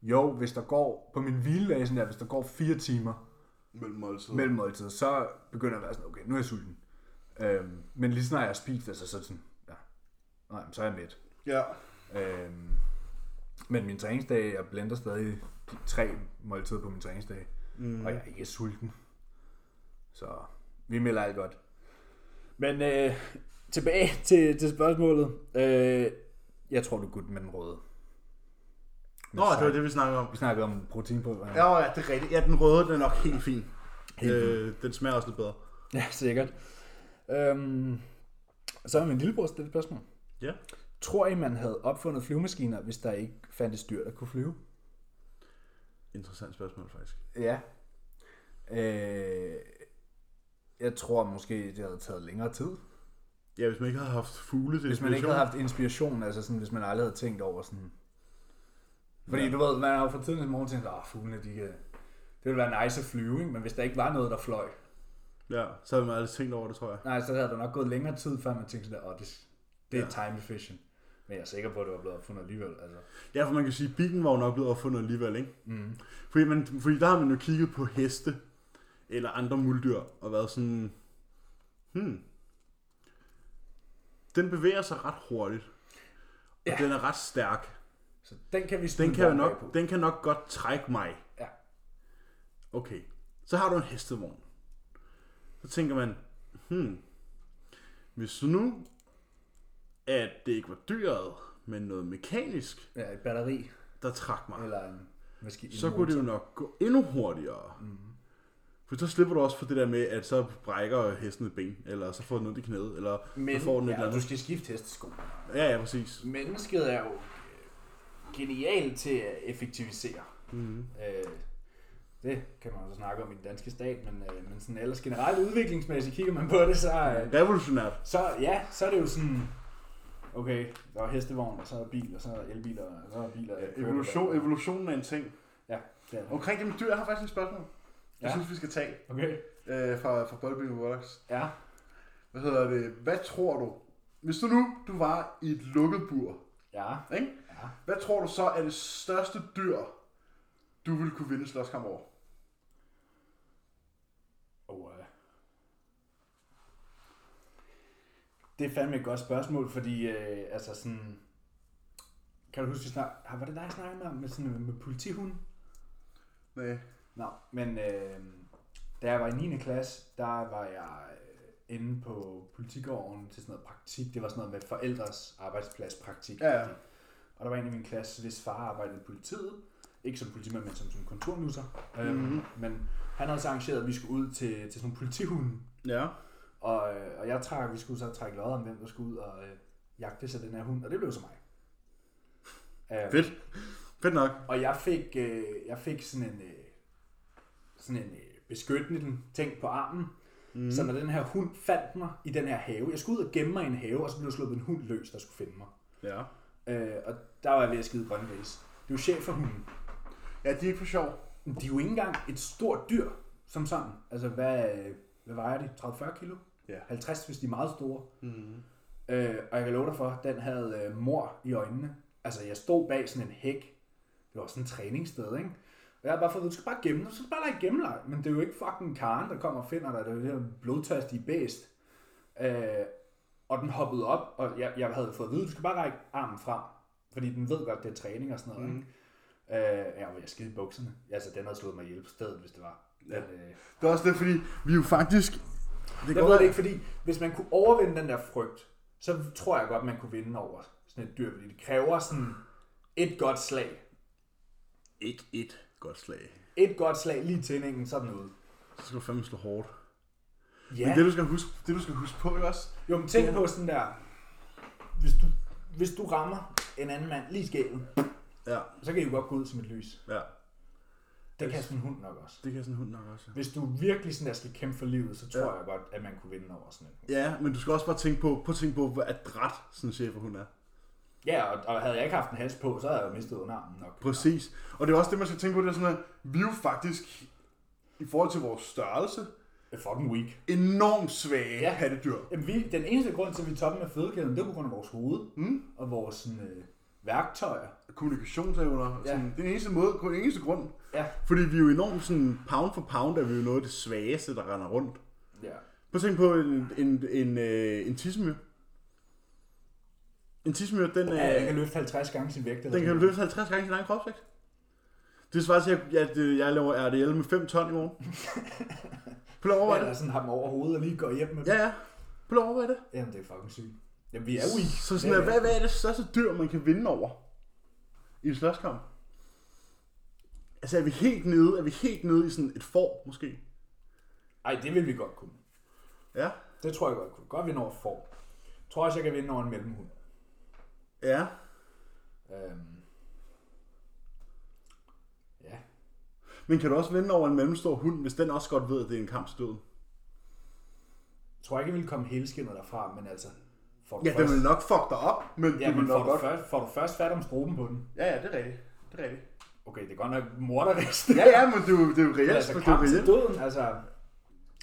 C: jo, hvis der går på min hviledag, sådan der, hvis der går fire timer,
B: Mellem måltider.
C: mellem måltid, så begynder jeg at være sådan, okay, nu er jeg sulten. Øhm, men lige snart jeg har spist, altså så er det sådan, ja, nej, men så er jeg mæt.
B: Ja.
C: Øhm, men min træningsdag, jeg blender stadig de tre måltider på min træningsdag, mm. og jeg er ikke sulten. Så vi melder alt godt.
A: Men øh, tilbage til, til spørgsmålet. Øh, jeg tror, du er godt med den røde.
B: Nå, det var det, vi snakkede om.
C: Vi snakkede om proteinpulver. her.
B: Ja, ja, det er rigtigt. Ja, den røde, den er nok helt fin. Øh, den smager også lidt bedre.
A: Ja, sikkert. Øhm, så har min lillebror stillet et spørgsmål.
B: Ja.
A: Tror I, man havde opfundet flyvemaskiner, hvis der ikke fandtes dyr, der kunne flyve?
B: Interessant spørgsmål, faktisk.
C: Ja. Øh, jeg tror måske, det havde taget længere tid.
B: Ja, hvis man ikke havde haft fugle til
C: Hvis man ikke
B: inspiration.
C: havde haft inspiration, altså sådan, hvis man aldrig havde tænkt over sådan... Fordi ja. du ved, man har jo fra tiden til morgen tænkt, at fuglene, de kan... Det ville være nice at flyve, ikke? men hvis der ikke var noget, der fløj,
B: Ja, så havde man aldrig tænkt over det, tror jeg.
A: Nej, så havde der nok gået længere tid, før man tænkte sådan, at det, det er time efficient. Men jeg er sikker på, at det var blevet opfundet alligevel. Altså.
B: Ja, for man kan sige, at bilen var jo nok blevet opfundet alligevel, ikke? Mm. Fordi, man, fordi der har man jo kigget på heste eller andre muldyr og været sådan, hmm, den bevæger sig ret hurtigt. Og
A: Ja.
B: den er ret stærk.
A: Så den kan vi smide
B: Den kan, jo
A: vognen af
B: nok, den kan nok godt trække mig.
A: Ja.
B: Okay, så har du en hestevogn. Så tænker man, hmm, hvis nu, at det ikke var dyret, men noget mekanisk,
A: Ja, et batteri
B: der trak mig.
A: eller en maskine.
B: så kunne det jo nok gå endnu hurtigere. Mm. For så slipper du også for det der med, at så brækker hesten et ben, eller så får den ondt i knæet, eller
A: Men,
B: så får den et
A: ja,
B: eller
A: du
B: andet.
A: skal skifte hestesko.
B: Ja, ja, præcis.
A: Mennesket er jo øh, genialt til at effektivisere. Mm. Øh, det kan man jo så snakke om i den danske stat, men, øh, men sådan ellers generelt udviklingsmæssigt kigger man på det, så, øh,
B: Revolutionært.
A: så ja, så er det jo sådan, okay, der var hestevogn, og så er bil, og så er elbiler, og så er biler. der kører
B: Evolution,
A: på vand.
B: evolutionen er en ting.
A: Ja, det er det.
B: Omkring det med dyr, jeg har faktisk et spørgsmål. Jeg
A: Ja.
B: synes, vi skal tage
A: Okay.
B: øh, fra, fra Bodybuilding Warlocks.
A: Ja.
B: Hvad hedder det? Hvad tror du? Hvis du nu du var i et lukket bur,
A: Ja.
B: ikke?
A: Ja.
B: Hvad tror du så er det største dyr, du ville kunne vinde en slåskamp over?
A: Og, øh, det er fandme et godt spørgsmål, fordi øh, altså sådan... Kan du huske, vi snak... ah, var det dig, jeg snakkede med, om, med, sådan, med politihunden?
B: Nej.
A: Nå, men øh, da jeg var i 9. klasse, der var jeg øh, inde på politigården til sådan noget praktik. Det var sådan noget med forældres arbejdspladspraktik.
B: Ja, ja.
A: Og der var en i min klasse, hvis far arbejdede i politiet. Ikke som politimand, men som, som kontornusser.
B: Mhm.
A: Mm-hmm. Øh, men han havde så arrangeret, at vi skulle ud til, til sådan nogle politihunde.
B: Ja.
A: Og, øh, og jeg trak, vi skulle så trække lodder om, hvem der skulle ud og øh, jagte sig den her hund, og det blev så mig. Øh,
B: Fedt. Fedt nok.
A: Og jeg fik, øh, jeg fik sådan en, øh, sådan en øh, beskyttende ting på armen, mm. så når den her hund fandt mig i den her have, jeg skulle ud og gemme mig i en have, og så blev der sluppet en hund løs, der skulle finde mig.
B: Ja.
A: Øh, og der var jeg ved at skide grønne gris. Det er jo chef for hunden.
B: Ja, de er ikke for sjov.
A: Men De er jo ikke engang et stort dyr, som sådan. Altså, hvad, hvad vejer de? 30-40 kilo?
B: Ja.
A: 50, hvis de er meget store.
B: Mm.
A: Øh, og jeg kan love dig for, den havde øh, mor i øjnene. Altså, jeg stod bag sådan en hæk. Det var sådan et træningssted, ikke? Og jeg har bare fået, at vide, du skal bare gemme dig, du skal bare lege gemmeleg. Men det er jo ikke fucking Karen, der kommer og finder dig, det er jo det her blodtørstige bæst. Øh, og den hoppede op, og jeg, jeg havde fået at vide, du skal bare række armen frem. Fordi den ved godt, det er træning og sådan noget, mm. ikke? Øh, ja, men jeg skidte i bukserne. Altså, den havde slået mig ihjel på stedet, hvis det var.
B: Ja.
A: Men, øh,
B: Det er også det, fordi vi er jo faktisk... Det
A: jeg ved det ikke, fordi hvis man kunne overvinde den der frygt, så tror jeg godt, man kunne vinde over sådan et dyr, fordi det kræver sådan et godt slag.
B: Ikke et godt slag.
A: Et godt slag lige til tændingen, sådan noget.
B: Så skal du fandme slå hårdt.
A: Ja,
B: Men det du skal huske, det du skal huske på, ikke også?
A: jo, men tænk på sådan der, hvis du, hvis du rammer en anden mand lige i skæven,
B: Ja.
A: så kan I jo godt gå ud som et lys.
B: Ja.
A: Det kan sådan en hund nok også.
B: Det kan sådan en hund nok også. ja.
A: Hvis du virkelig sådan der skal kæmpe for livet, så tror ja. jeg godt, at man kunne vinde over sådan en hund.
B: Ja, men du skal også bare tænke på, på tænke på, hvor adræt sådan en chef hun er.
A: Ja, og, og, havde jeg ikke haft en hals på, så havde jeg jo mistet underarmen nok.
B: Præcis. Og det er også det, man skal tænke på, det er sådan, at vi er jo faktisk, i forhold til vores størrelse,
A: A fucking weak.
B: enormt svage ja.
A: Ja.
B: pattedyr.
A: Jamen, vi, den eneste grund til, at vi er toppen af fødekæden, det er på grund af vores hoved
B: Mm.
A: og vores sådan, øh, værktøjer.
B: Kommunikationsevner. Ja.
A: Ja.
B: Sådan, det er den eneste måde, kun den eneste grund.
A: Ja.
B: Fordi vi er jo enormt sådan, pound for pound, er vi jo noget af det svageste, der render rundt.
A: ja.
B: Prøv at tænke på en, en, en, øh, en, en tissemyr. En tissemyr, den,
A: ja. Den
B: er,
A: kan løfte 50 gange sin vægt. Eller
B: den kan
A: sådan
B: løfte 50 gange sin egen kropsvægt. Det svarer til, at jeg, at øh, jeg laver RDL med 5 ton i [LAUGHS] morgen. Prøv lige at
A: noget.
B: overveje
A: Eller
B: det.
A: sådan ham over hovedet og lige går hjem med
B: Ja, ja. Prøv lige at overveje det.
A: Jamen, det er fucking sygt. Jamen, vi er weak.
B: Så sådan,
A: Det
B: at,
A: er-
B: hvad, hvad er det største dyr, man kan vinde over i en slåskamp? Altså, er vi helt nede, er vi helt nede i sådan et får, måske?
A: Ej, det vil vi godt kunne.
B: Ja.
A: Det tror jeg godt kunne. Godt vinde over for. Jeg tror også, jeg kan vinde over en mellemhund.
B: Ja.
A: Øhm. Ja.
B: Men kan du også vinde over en mellemstor hund, hvis den også godt ved, at det er en kamp til døden?
A: Jeg tror ikke, jeg ville komme helskindet derfra, men altså... Får du
B: Ja, den
A: først,
B: vil nok fuck dig op, men
A: ja,
B: det
A: men
B: vil
A: får
B: nok
A: du,
B: godt.
A: først, får du først fat om stroben på den.
B: Ja, ja, det er rigtigt. Det er rigtigt.
A: Okay, det er godt nok morderist.
B: Ja, ja, men det er jo, det er jo reelt.
A: Men
B: Altså,
A: altså,
B: det er jo
A: kamp til
B: reelt.
A: døden, altså...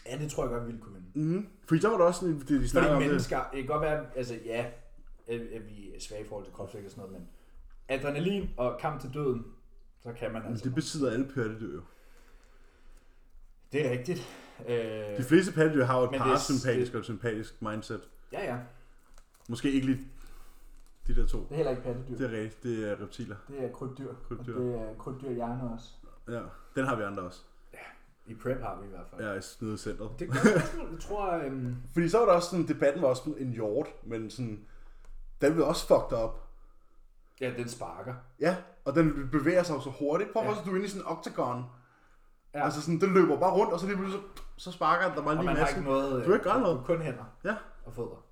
A: Ja, det tror jeg godt, vi ville kunne vinde.
B: Mm. Fordi der var der også sådan, det, de snakker
A: Fordi
B: om det.
A: mennesker, det kan godt være, altså ja, at at vi er svage i forhold til kropsvægt og sådan noget, men adrenalin og kamp til døden, så kan man
B: Men
A: altså.
B: det
A: Det,
B: betyder alle pattedyr jo.
A: det er rigtigt. Øh,
B: De fleste pattedyr har jo et
A: Men det er-
B: parasympatisk og et sympatisk mindset.
A: ja, ja.
B: Måske ikke lige de der to.
A: Det er heller ikke pattedyr.
B: Det er rigtigt, det er reptiler.
A: Det er krybdyr.
B: Krybdyr.
A: Og det er krybdyr hjerner også.
B: Ja, den har vi andre også.
A: I prep har vi i hvert fald.
B: Ja, i snede centret.
A: Det er et godt spørgsmål. Jeg tror, øhm,
B: Fordi så var der også sådan, debatten var også sådan en hjort, men sådan, den blev også fucked op.
A: ja, den sparker.
B: Ja, og den bevæger sig jo så hurtigt. Prøv
A: Ja.
B: ja. at du er inde i sådan en octagon. Ja.
A: Ja.
B: Altså sådan, den løber bare rundt, og så lige pludselig så, så sparker den der bare
A: Og
B: lige
A: man
B: en
A: har
B: masse.
A: ikke noget... øh,
B: Du har ikke gør noget.
A: Kun hænder
B: Ja.
A: og fødder.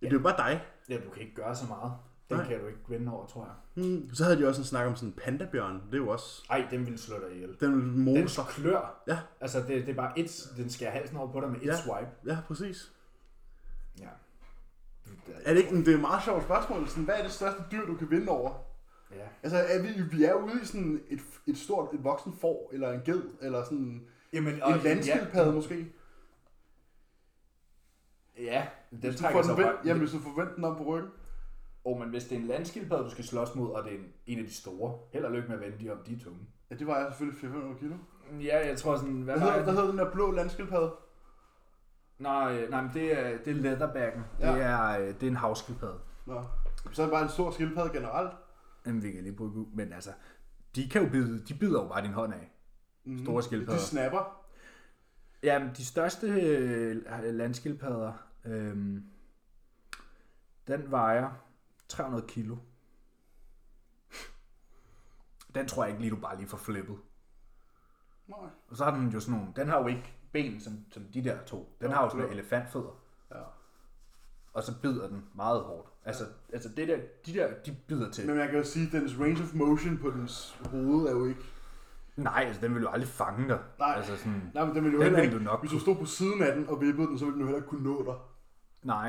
B: Det er jo bare dig.
A: Ja, du kan ikke gøre så meget. Den
B: Nej.
A: kan du ikke vinde over, tror jeg.
B: Hmm. Så havde de også en snak om sådan en pandabjørn. Det er jo også...
A: Ej, den ville slå dig ihjel.
B: Den vil
A: Den
B: mose.
A: klør.
B: Ja.
A: Altså, det, det er bare et, den skærer halsen over på dig med et
B: Ja.
A: swipe.
B: Ja, præcis.
A: Ja.
B: Er det ikke, men det er et meget sjovt spørgsmål. Sådan, hvad er det største dyr, du kan vinde over?
A: Ja.
B: Altså, er vi, vi er ude i sådan et, et stort, et voksen får, eller en ged, eller sådan
A: Jamen,
B: en landskildpadde måske.
A: Ja, den
B: Hvis du får
A: trækker sig
B: den vendt,
A: bare.
B: jamen,
A: Jamen.
B: hvis du får vendt den om på ryggen.
A: Oh, men hvis det er en landskildpadde, du skal slås mod, og det er en, en af de store, held og lykke med at vende de om, de er tunge.
B: Ja, det var jeg selvfølgelig 500 kilo.
A: Ja, jeg tror sådan, hvad
B: Hvad
A: var
B: hedder, hvad
A: det?
B: hedder den der blå landskildpadde?
C: øh,
A: Nej, nej, men det er, det er leatherbacken.
B: Ja.
C: Det, er, øh, det er en havskildpadde.
B: Nå. Så er det bare en stor skildpadde generelt.
C: Jamen, vi kan lige bruge ud. Men altså, de kan jo bide, de bider jo bare din hånd af.
B: Mm.
C: Store
B: De
C: skildpadder.
B: snapper.
C: Jamen, de største øh, landskildpadder, øh, den vejer 300 kilo. Den tror jeg ikke lige, du bare lige får flippet.
B: Nej.
C: Og så har den jo sådan nogle, den har jo ikke ben som, som de der to. Den
B: Jo,
C: har jo sådan
B: jo.
C: nogle elefantfødder.
B: Ja.
C: Og så bider den meget hårdt. Altså, altså det der, de der, de bider til.
B: Men jeg kan jo sige, at dens range of motion på dens hoved er jo ikke...
C: Nej, altså den vil jo aldrig fange dig.
B: Nej.
C: Altså sådan,
B: Nej, men den ville jo
C: Den
B: heller
C: ville
B: ikke...
C: du nok
B: Hvis du stod på siden af den og vippede den, så ville den jo heller ikke kunne nå dig.
C: nej.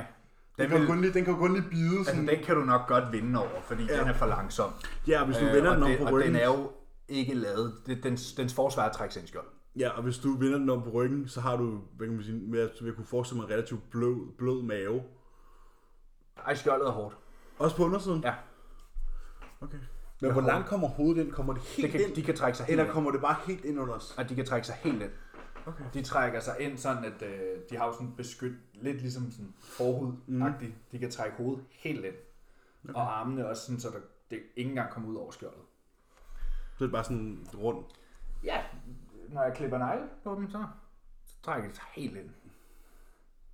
B: Den,
C: Den,
B: kan,
C: vil,
B: jo kun lige, den kan jo kun lige bide
C: altså,
B: sådan...
C: den kan du nok godt vinde over, fordi ja. den er for langsom.
B: Ja, og hvis du
C: Øh,
B: vender
C: og
B: den om
C: det-
B: på
C: Og
B: ryggen...
C: den er jo ikke lavet. Det, dens, dens forsvar er at trække sig ind i skjold.
B: Ja, og hvis du vender den om på ryggen, så har du, hvad kan man sige, med at jeg kunne forestille mig en relativt blød, blød mave.
C: Ej, skjoldet er hårdt.
B: Også på undersiden?
C: Ja,
B: Okay. Men hvor langt kommer hovedet ind? Kommer det
C: det
B: helt
C: kan, de kan trække sig helt
B: eller
C: ind.
B: kommer det bare helt ind under os?
C: Og de kan trække sig helt ind.
A: De trækker sig ind sådan, at øh, de har jo sådan beskyt, lidt ligesom sådan forhud -agtigt.
B: Mhm.
A: Mm. De kan trække hovedet helt ind. Okay. Og armene også sådan, så der, det ikke engang kommer ud over skjoldet.
B: Så er det bare sådan rundt.
A: Ja, når jeg klipper negle.
C: på dem, så, så trækker de sig helt ind.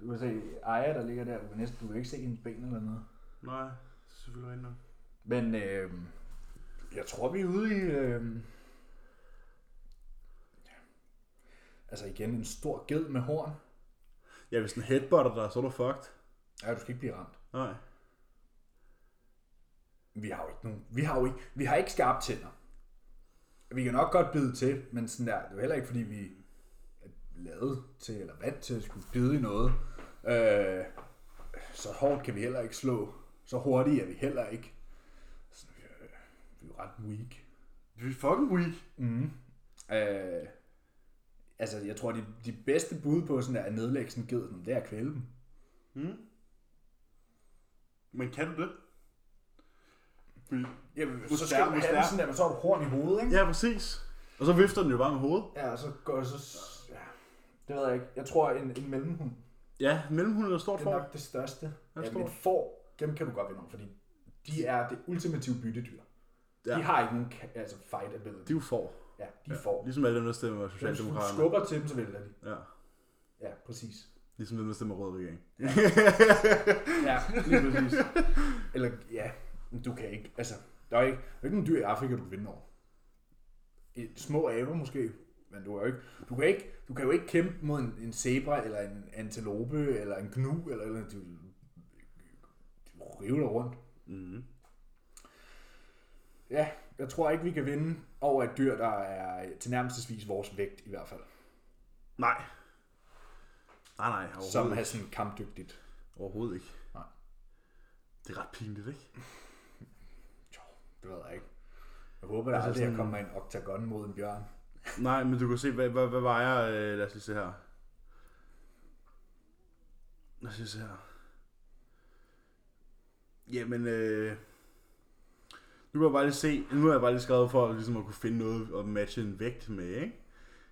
A: Du kan se Aya, der ligger der. Du kan næsten du kan ikke se hendes ben eller noget.
B: Nej, selvfølgelig ikke nok.
C: Men øh,
A: Jeg tror, vi er ude i... Øh... ja. Altså igen, en stor ged med horn.
B: Ja, hvis den headbutter dig, så er du fucked.
A: Ja, du skal ikke blive ramt.
B: Nej.
A: Vi har jo ikke nogen... Vi har jo ikke, vi har ikke skarpe tænder. Vi kan nok godt bide til, men sådan der, det er jo heller ikke, fordi vi er lavet til, eller vant til at skulle bide i noget. Øh, så hårdt kan vi heller ikke slå. Så hurtigt er vi heller ikke. Så, øh, vi er jo ret weak.
B: Vi er fucking weak.
A: Mm. Øh, altså, jeg tror, de, de bedste bud på sådan der, at nedlægge sådan en ged, sådan, det er at kvæle dem.
B: Hmm? Men kan du det? Fordi...
A: Jamen,
B: så skal du
A: have
B: stærk.
A: den sådan der, men så har du horn i hovedet, ikke?
B: Ja, præcis. Og så vifter den jo bare med hovedet.
A: Ja, og så går så... Ja, det ved jeg ikke. Jeg tror, en, en mellemhund,
B: Ja, mellemhunden er et stort
A: det er
B: for.
A: nok det største.
B: er
A: Ja,
B: stor.
A: men får, dem kan du godt vinde om, fordi de er det ultimative byttedyr.
B: Ja.
A: Ja. De har ikke nogen ka- altså fight ability.
B: De er jo for.
A: ja, de får.
B: Ligesom alle dem, der stemmer
A: Hvis du
B: Socialdemokraterne.
A: skubber til dem, så vælter de.
B: Ja.
A: Ja, præcis.
B: Ligesom dem, der stemmer rød regering.
A: Ja, lige præcis. [LAUGHS] Eller, ja, men du kan ikke, altså, der er ikke, der er ikke nogen dyr i Afrika, du kan vinde over. Et, små aber måske, men du, er jo ikke, du, kan ikke, du kan jo ikke kæmpe mod en, en zebra, eller en antilope, eller en gnu, eller, eller du, du river dig rundt.
B: Mm.
A: Ja, jeg tror ikke, vi kan vinde over et dyr, der er tilnærmelsesvis vores vægt i hvert fald,
B: Nej. Nej, nej, overhovedet,
A: som er
B: ikke.
A: sådan kampdygtigt.
B: overhovedet ikke.
A: Nej.
B: Det er ret pinligt, ikke?
A: Jo, det ved jeg ikke. Jeg håber, der
B: Altså
A: altså, aldrig
B: sådan-
A: sådan... kommer en oktagon mod en bjørn.
B: Nej, men du kan se, hvad, hvad, hvad vejer... Øh, lad os lige se her. Lad os lige se her. Jamen, øh, nu kan jeg bare lige se... Nu har jeg bare lige skrevet for ligesom at kunne finde noget og matche en vægt med, ikke?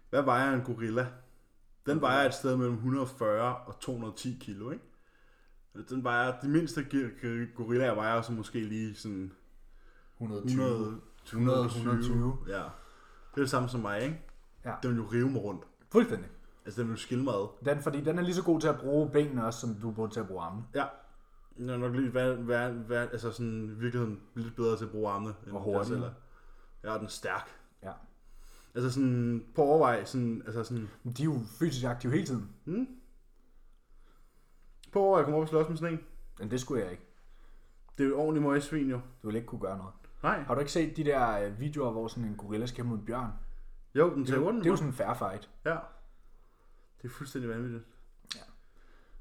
B: Hvad vejer en gorilla? Den vejer et sted mellem 140 og 210 kilo, ikke? Altså, Den vejer... De mindste gi- gi- gorillaer vejer så måske lige sådan
A: 120.
B: 100,
C: 100,
B: 120. Ja. Det er det samme som mig, ikke?
C: Ja.
B: Den vil jo rive mig rundt.
C: fuldstændig.
B: Altså, den vil skille mig ad.
C: Den, fordi den er lige så god til at bruge benene også, som du er god til at bruge armene.
B: Ja. Den er nok lige hvad, hvad, hvad, altså sådan, i virkeligheden lidt bedre til at bruge armene. End
C: Og hurtigere.
B: deres celler. Ja, og den er stærk.
C: Ja.
B: Altså sådan, på overvej, sådan, altså sådan,
C: Men De er jo fysisk aktive hele tiden.
B: på overvej kommer op og slås med sådan en.
C: Men det skulle jeg ikke.
B: Det er jo et ordentligt møgsvin, jo.
C: Du ville ikke kunne gøre noget.
B: Nej.
C: Har du ikke set de der øh, videoer, hvor sådan en gorilla skal mod en bjørn?
B: Jo, den tager
C: Det,
B: rundt.
C: det er jo sådan en fair fight.
B: Ja. Det er fuldstændig vanvittigt. Ja.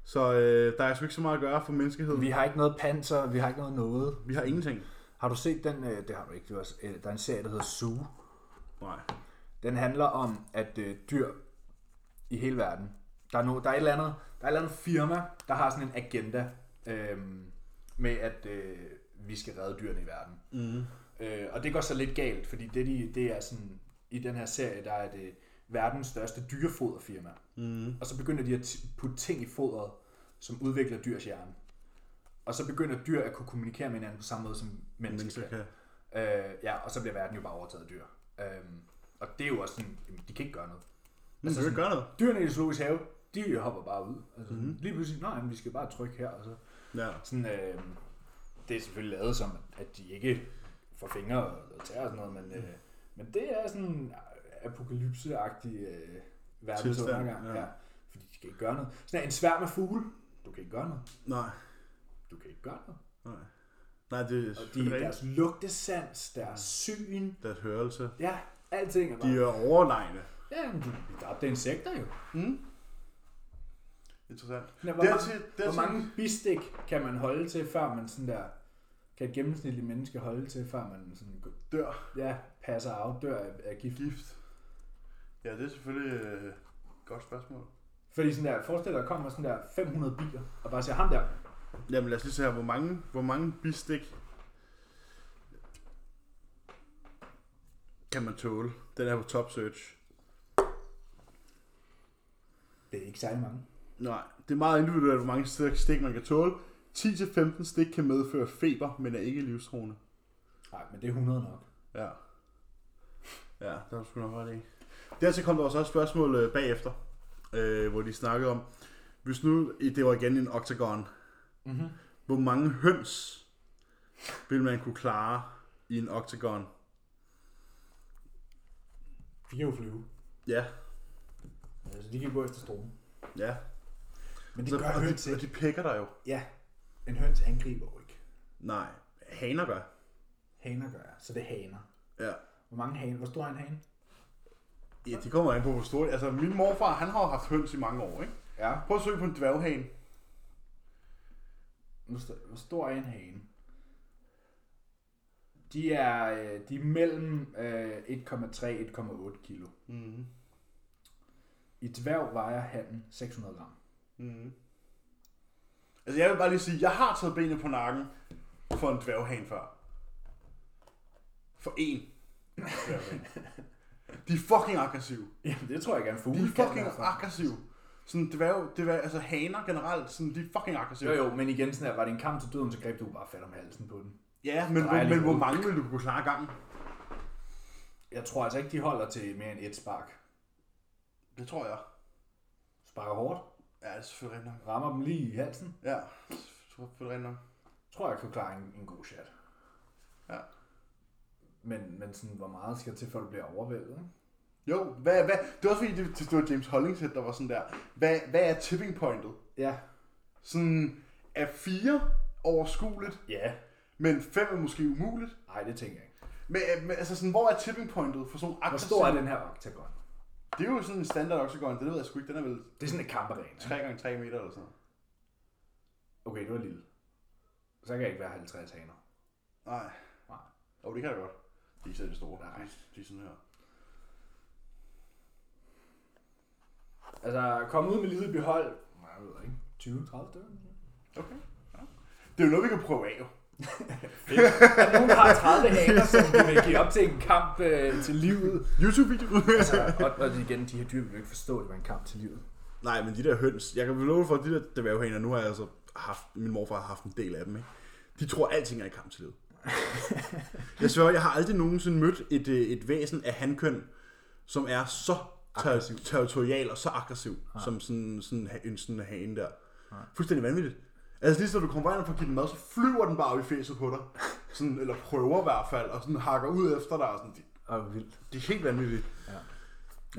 B: Så øh, der er sgu ikke så meget at gøre for menneskeheden.
A: Vi
B: Vi,
A: har ikke noget panser, vi har ikke noget noget.
B: vi har ingenting.
A: Har du set den? øh, Det har du ikke. Det var, øh, der er en serie, der hedder Zoo.
B: Nej.
A: Den handler om, at øh, dyr i hele verden, der er, no, der, er et eller andet, der er et eller andet firma, der har sådan en agenda øhm, med, at øh, vi skal redde dyrene i verden.
B: Mm.
A: Øh, og det går så lidt galt, fordi det, de, det er sådan, i den her serie, der er det verdens største dyrefoderfirma.
B: Mm.
A: Og så begynder de at t- putte ting i fodret, som udvikler dyrs hjerne. Og så begynder dyr at kunne kommunikere med hinanden på samme måde, som mennesker
B: Mennesker
A: kan.
B: kan.
A: Øh, ja, og så bliver verden jo bare overtaget af dyr. Øhm, og det er jo også sådan, jamen, de kan ikke gøre noget.
B: Men så kan gøre noget.
A: Dyrene i zoologisk have, de hopper bare ud. Altså, mm-hmm. Lige pludselig, nej, men vi skal bare trykke her. Og så.
B: Ja.
A: Sådan, øh, det er selvfølgelig lavet som, at de ikke får fingre og tæer og sådan noget, men, øh, men det er sådan apokalypseagtig øh, verdensundergang.
B: Tilstand, ja.
A: Ja. Fordi de kan ikke gøre noget. Sådan en sværm af fugle, du kan ikke gøre noget.
B: Nej.
A: Du kan ikke gøre noget.
B: Nej. Nej, det
A: Og
B: er
A: de,
B: selvfølgelig rigtigt.
A: deres lugtesans, deres syn,
B: Deres hørelse.
A: ja, alting er bare...
B: De er overlegne.
A: Ja, men de, de dræbte insekter jo.
B: Mm. Interessant.
A: Nå, hvor, mange,
B: Dertil, dertil,
A: hvor mange bistik kan man holde til, før man sådan der... Kan et gennemsnitligt menneske holde til, før man sådan,
B: dør
A: ja, passer og afdør af, af gift?
B: gift? Ja, det er selvfølgelig øh, et godt spørgsmål.
A: Fordi sådan der, forestil dig, der kommer sådan der 500 biler, og bare siger, ham der,
B: Jamen lad os lige se her, hvor mange, hvor mange bistik kan man tåle? Den er på top search.
A: det er ikke særlig mange.
B: Nej, det er meget individuelt, hvor mange stik- stik man kan tåle. 10-15 stik kan medføre feber, men er ikke livstruende.
A: Nej, men det er 100 nok.
B: Ja. Ja, der er sgu nok ret i. Dertil kom der også et spørgsmål øh, bagefter, øh, hvor de snakkede om, hvis nu, det var igen en octagon,
A: Mhm.
B: hvor mange høns vil man kunne klare i en octagon?
A: De kan jo flyve.
B: Ja,
A: Altså, de kan gå efter struben.
B: ja.
A: Men det
B: Så-
A: gør
B: og
A: høns
B: de, og
A: ikke.
B: de pækker dig jo.
A: Ja, en høns angriber jo ikke.
B: Nej, haner gør.
A: Haner gør jeg, så det er haner.
B: Ja.
A: Hvor mange haner? Hvor stor er en hane?
B: Ja, det kommer an på, hvor stort. Altså, min morfar, han har jo haft høns i mange år, ikke?
A: Ja.
B: Prøv at søge på en dværghane.
A: Hvor st- hvor stor er en hane? De er, øh, de er mellem øh, 1,3-1,8 kilo.
B: Mm-hmm.
A: I dværg vejer handen 600 gram.
B: Mm-hmm. Altså, jeg vil bare lige sige, jeg har taget benet på nakken for en dværghane før. For én dværghane. De er fucking aggressive.
A: Jamen, det tror jeg gerne. Fugle
B: De er
A: kan
B: fucking
A: være for-
B: aggressive. Sådan dværg, det var altså haner generelt, sådan de er fucking aggressive.
A: Jo jo, men igen sådan her, var det en kamp til døden, så greb du bare fat om halsen på den.
B: Ja, men,
A: Drejer
B: hvor,
A: lige
B: men hvor
A: ud.
B: mange vil du kunne klare gangen?
A: Jeg tror altså ikke, de holder til mere end et spark.
B: Det tror jeg.
A: Sparker hårdt,
B: Ja, det er selvfølgelig rigtigt nok.
A: rammer dem lige i halsen.
B: Ja, det er selvfølgelig rigtigt nok.
A: Tror jeg kunne klare en, en god chat.
B: Ja.
A: Men, men sådan, hvor meget skal til, før du bliver overvældet? ikke?
B: Jo, hvad, hvad, det var også fordi, det, det var James Hollingshead, der var sådan der, hvad, hvad er tipping pointet?
A: Ja.
B: Sådan, er fire overskueligt,
A: Ja.
B: men fem er måske umuligt?
A: Nej, det tænker jeg ikke.
B: Men, øh, men altså sådan, hvor er tipping pointet for sådan
A: Hvor
B: aktiv?
A: stor er den her oktagon?
B: Det er jo sådan en standard octagon, det ved jeg sgu ikke, den er vel
A: Det er sådan et kamperena.
B: 3 gange 3 meter eller sådan noget.
A: Okay, det var lille. Så kan jeg ikke være 50 haner.
B: Nej.
A: Nej.
B: Jo, det kan jeg godt. De er ikke særlig store.
A: Nej.
B: De- De er sådan her.
A: Altså, kom ud med lille behold. Nej, jeg ved jeg ikke. 20-30 stykker? måske?
B: Okay. Ja. Det er jo noget, vi kan prøve af jo.
A: Er der Altså, nogen, der har 30 haner, som du vil give op til en kamp øh, til livet?
B: YouTube-video.
A: Altså, og, og igen, de her dyr vil jo ikke forstå, at det var en kamp til livet.
B: Nej, men de der høns, jeg kan love for, at de der dværghaner, nu har jeg altså haft, min morfar har haft en del af dem, ikke? De tror, at alting er i kamp til [LAUGHS] livet. jeg sværger, jeg har aldrig nogensinde mødt et, øh, et væsen af hankøn, som er så ter- territorial og så aggressiv, ja. som sådan, sådan ha- en sådan hane der. Ja. Fuldstændig vanvittigt. Altså lige så du kommer ind for at give den mad, så flyver den bare op i fjeset på dig. Sådan, eller prøver i hvert fald, og sådan hakker ud efter dig. Og sådan, det,
A: Og vildt.
B: det er helt vanvittigt. Ja,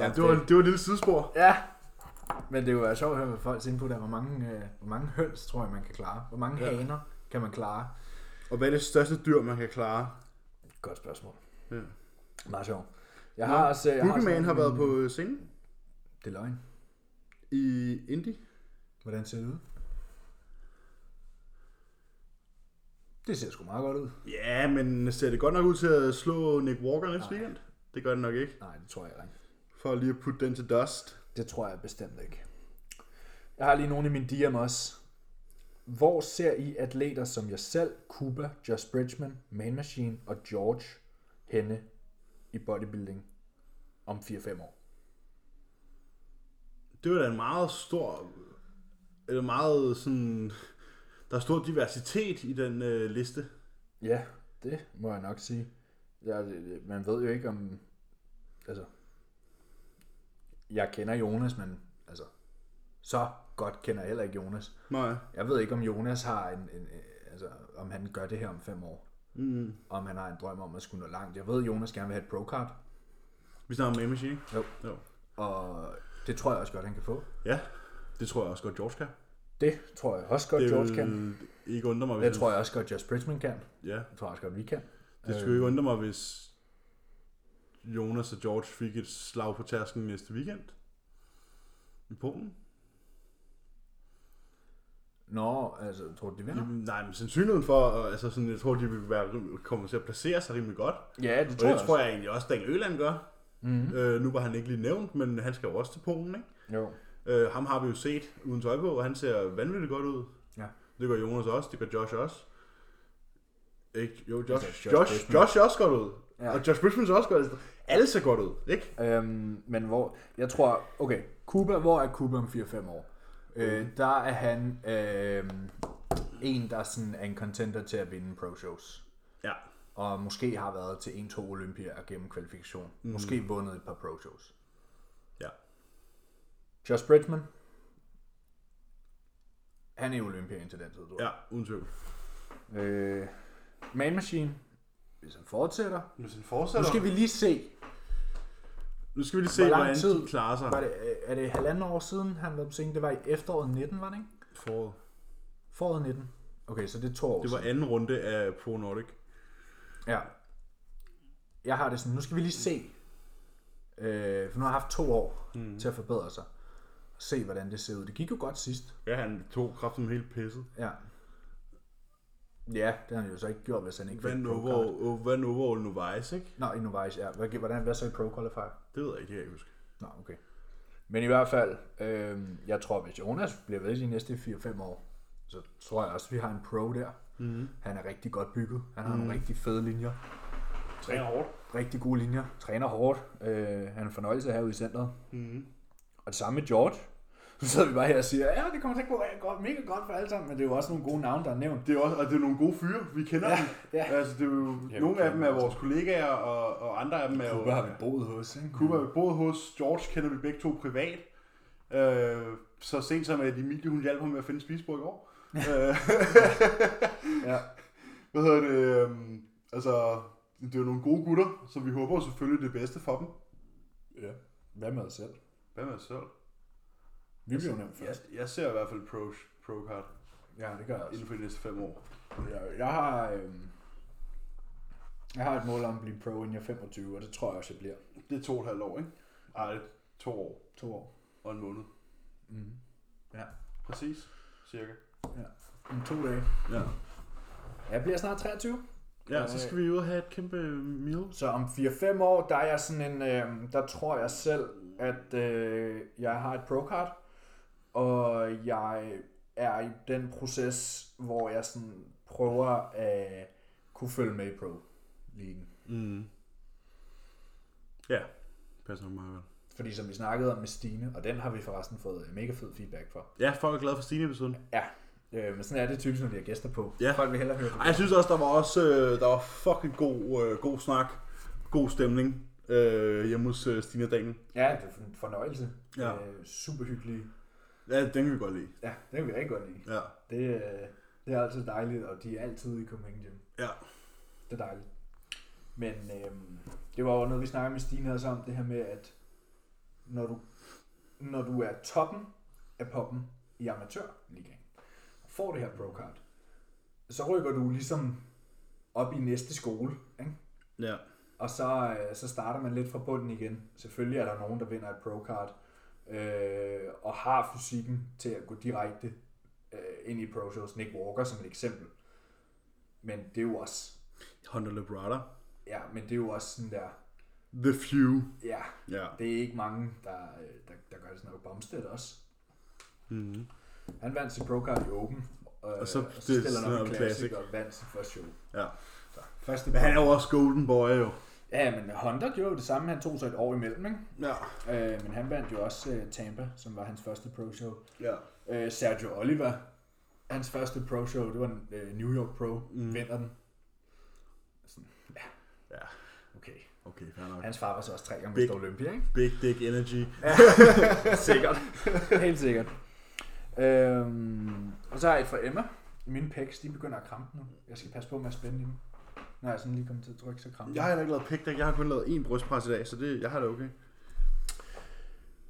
A: Ja,
B: det, var,
A: det-
B: det var et lille sidespor.
A: Ja, men det er jo øh, sjovt at høre, hvad folks input er. Hvor mange, øh, hvor mange høns, tror jeg, man kan klare? Hvor mange
B: Ja.
A: ja. haner kan man klare?
B: Og hvad er det største dyr, man kan klare?
A: Godt spørgsmål.
B: Ja.
A: Meget sjovt. Jeg har også... øh, Jeg har,
B: Boogeyman
A: sådan
B: har været
A: en-
B: på scenen
A: Det er løgn.
B: i Indie.
A: Hvordan ser det ud? Det ser sgu meget godt ud.
B: Ja, men ser det godt nok ud til at slå Nick Walker næste weekend? Det gør det nok ikke.
A: Nej, det tror jeg ikke.
B: For lige at putte den til dust.
A: Det tror jeg bestemt ikke. Jeg har lige nogle i min DM også. Hvor ser I atleter som jeg selv, Kuba, Josh Bridgman, Man Machine og George henne i bodybuilding om 4-5 år?
B: Det var da en meget stor... Eller meget sådan... Der er stor diversitet i den øh, liste.
A: Ja, det må jeg nok sige. Jeg, man ved jo ikke om... Altså... Jeg kender Jonas, men altså... Så godt kender jeg heller ikke Jonas.
B: Nej.
A: Jeg ved ikke, om Jonas har en... en øh, altså, om han gør det her om fem år.
B: Mm.
A: Om han har en drøm om at skulle nå langt. Jeg ved, at Jonas gerne vil have et pro-card.
B: Vi snakker om Amish, ikke?
A: Jo.
B: jo.
A: Og det tror jeg også godt, han kan få.
B: Ja, det tror jeg også godt, George kan.
A: Det tror jeg også godt,
B: Det
A: George
B: vil
A: kan.
B: ikke undre mig, hvis
A: Det tror jeg også godt, Josh Bridgman kan.
B: han- Ja,
A: Det tror jeg også godt, vi kan. Øh,
B: det skulle ikke undre mig, hvis Jonas og George fik et slag på tasken næste weekend. I Polen.
A: Nå, altså, tror du, de vinder?
B: Jamen, nej, men sandsynligheden for, og altså sådan, jeg tror, de vil være, rim- komme til at placere sig rimelig godt. Og
A: Ja, det
B: tror
A: tror
B: det
A: jeg
B: jeg tror jeg egentlig også, Daniel Øland gør. Mm-hmm. Øh, nu var han ikke lige nævnt, men han skal jo også til Polen, ikke?
A: Jo.
B: Øh, ham har vi jo set uden tøj på, og han ser vanvittigt godt ud.
A: Ja.
B: Det gør Jonas også, det gør Josh også. Ikke? Jo, Josh,
A: Josh
B: Altså, Josh, Josh,
A: Bridgman.
B: Josh ser også godt ud.
A: Ja.
B: Ja. Og Josh Bridgman ser også godt ud. Alle ser godt ud, ikke?
A: Øhm, men hvor, jeg tror, okay, Cuba, hvor er Cuba om 4-5 år? Øh, der er han øh, en, der sådan er en contender til at vinde pro-shows.
B: Ja.
A: Og måske har været til 1-2 olympier gennem kvalifikation. Mm. Måske vundet et par pro-shows.
B: Ja.
A: Josh Bridgman, han er olympier indtil den tid, tror jeg.
B: Ja, uden tvivl.
A: Øh, Man Machine, hvis han fortsætter.
B: Hvis han
A: Nu
B: fortsætter...
A: skal vi lige se,
B: nu skal vi lige se,
A: Hvor lang
B: hvordan
A: tid-
B: de klarer sig.
A: var det, øh, er det halvanden år siden, han var på scenen? Det var i efteråret 19, var det ikke?
B: Foråret.
A: Foråret 19. Okay, så det er to år
B: Det var
A: siden.
B: anden runde af Pro Nordic.
A: Ja. Jeg har det sådan, nu skal vi lige se. Øh, for nu har jeg haft to år mm. til at forbedre sig. Se, hvordan det ser ud. Det gik jo godt sidst.
B: Ja, han tog kraften helt pisset.
A: Ja. Ja, det har han jo så ikke gjort, hvis han ikke
B: Vandt
A: fik pro
B: over,
A: qualifier.
B: over- vandt over All Novice, ikke?
A: Nå, i Novice, ja. Hvad, hvordan, hvad så i Pro Qualifier?
B: Det ved jeg ikke, det kan jeg ikke huske.
A: Nå, okay. Men i hvert fald, øh, jeg tror, hvis Jonas bliver ved de næste 4-5 år, så tror jeg også, vi har en pro der. Mm. Han er rigtig godt bygget. Han har mm. nogle rigtig fede linjer.
B: Træner hårdt.
A: rigtig gode linjer, træner hårdt, øh, han er en fornøjelse herude i centret. Mm.
B: Mhm.
A: Og det samme med George. [LAUGHS] Så sidder vi bare her og siger, ja, det kommer til at gå godt, mega godt for alle sammen, men det er jo også nogle gode navne, der er nævnt.
B: Det er også, og det er nogle gode fyre, vi kender ja, dem.
A: ja.
B: Altså, det er jo,
A: Ja,
B: nogle
A: vi
B: af dem er
A: kender
B: vores kollegaer, og, og andre af dem er jo...
A: boet hos, ikke?
B: Kuba har vi boet hos, George kender vi begge to privat. Øh, så sent som at Emilie, hun hjalp ham med at finde spisebord
A: [LAUGHS]
B: i går. øh,
A: Ja.
B: hvad hedder det? øhm, altså, det er jo nogle gode gutter, så vi håber jo selvfølgelig det bedste for dem.
A: ja. Hvad med os selv?
B: Hvad med os selv?
A: Vi bliver jo nævnt
B: Jeg,
A: først.
B: jeg ser i hvert fald pro, pro card
A: Ja, det gør jeg også.
B: inden for de næste fem år.
A: Jeg, jeg har... Øh, jeg har et mål om at blive pro, inden jeg er 25, og det tror jeg også, jeg bliver.
B: Det er to og et halvt år, ikke? Ej, det er to år
A: To år.
B: og en måned.
A: Mm. Ja.
B: Præcis, cirka.
A: Om to dage.
B: Ja.
A: Jeg bliver snart 23.
B: Ja, så skal vi ud og have et kæmpe øh, meal.
A: Så om 4-5 år, der er jeg sådan en, øh, der tror jeg selv, at øh, jeg har et pro-card, og jeg er i den proces, hvor jeg sådan prøver at kunne følge med i pro ligaen
B: Mm. Ja, passer nok meget godt.
A: Fordi som vi snakkede om med Stine, og den har vi forresten fået øh, mega fed feedback for.
B: Ja, folk er glade for Stine episoden.
A: Ja, øh, men sådan er det typisk, når vi har gæster på.
B: Ja.
A: Folk vil hellere høre det.
B: Ej, jeg synes også, der var også øh, der var fucking god, øh, god snak, god stemning øh, hjemme hos øh, Stine og Daniel.
A: Ja, det er en fornøjelse.
B: Ja.
A: Øh, super hyggelige.
B: Ja, den kan vi godt lide.
A: Ja, det kan vi rigtig godt lide.
B: Ja,
A: Det, øh, det er altid dejligt, og de er altid i Copenhagen Gym.
B: ja.
A: Det er dejligt. Men øhm, det var jo noget, vi snakkede med Stine også om, det her med, at når du, når du er toppen af poppen i amatørligaen, og får det her pro-card, så rykker du ligesom op i næste skole, ikke?
B: ja.
A: og så, øh, så starter man lidt fra bunden igen. Selvfølgelig er der nogen, der vinder et pro-card, øh, og har fysikken til at gå direkte øh, ind i pro-shows. Nick Walker som et eksempel. Men det er jo også,
B: Hunter Labrada.
A: ja, men det er jo også sådan der,
B: The Few.
A: ja,
B: Ja.
A: det er ikke mange, der, øh, der, der gør det sådan noget. Bumstead også.
B: Mm-hmm.
A: Han vandt sit pro-card i Open, og, og
B: så
A: så, og så
B: det er
A: stiller han op
B: sådan
A: i
B: en
A: Classic
B: classic.
A: og vandt sit første show.
B: ja.
A: Så, første
B: Men han er jo også Golden Boy, jo.
A: Ja, men Honda gjorde jo det samme. Han tog sig et år imellem, ikke?
B: Ja.
A: Øh, men han vandt jo også øh, Tampa, som var hans første pro-show.
B: Ja.
A: Øh, Sergio Oliver, hans første pro-show, det var en øh, New York Pro, mm. vinder den. Sådan, ja,
B: Ja.
A: okay.
B: Okay, fair nok.
A: Hans far var så også tre gange
B: Big-
A: Mr. Olympia, ikke?
B: Big Dick Energy.
A: [LAUGHS] sikkert. Helt sikkert. Øhm, og så har jeg et fra Emma. Mine pecs, de begynder at krampe nu. Jeg skal passe på med at spænde i dem. Når jeg sådan lige kommer til at trykke, så kramper
B: Jeg
A: jeg.
B: har heller ikke lavet pæk, jeg har kun lavet én brystpres i dag, så det, jeg har det okay.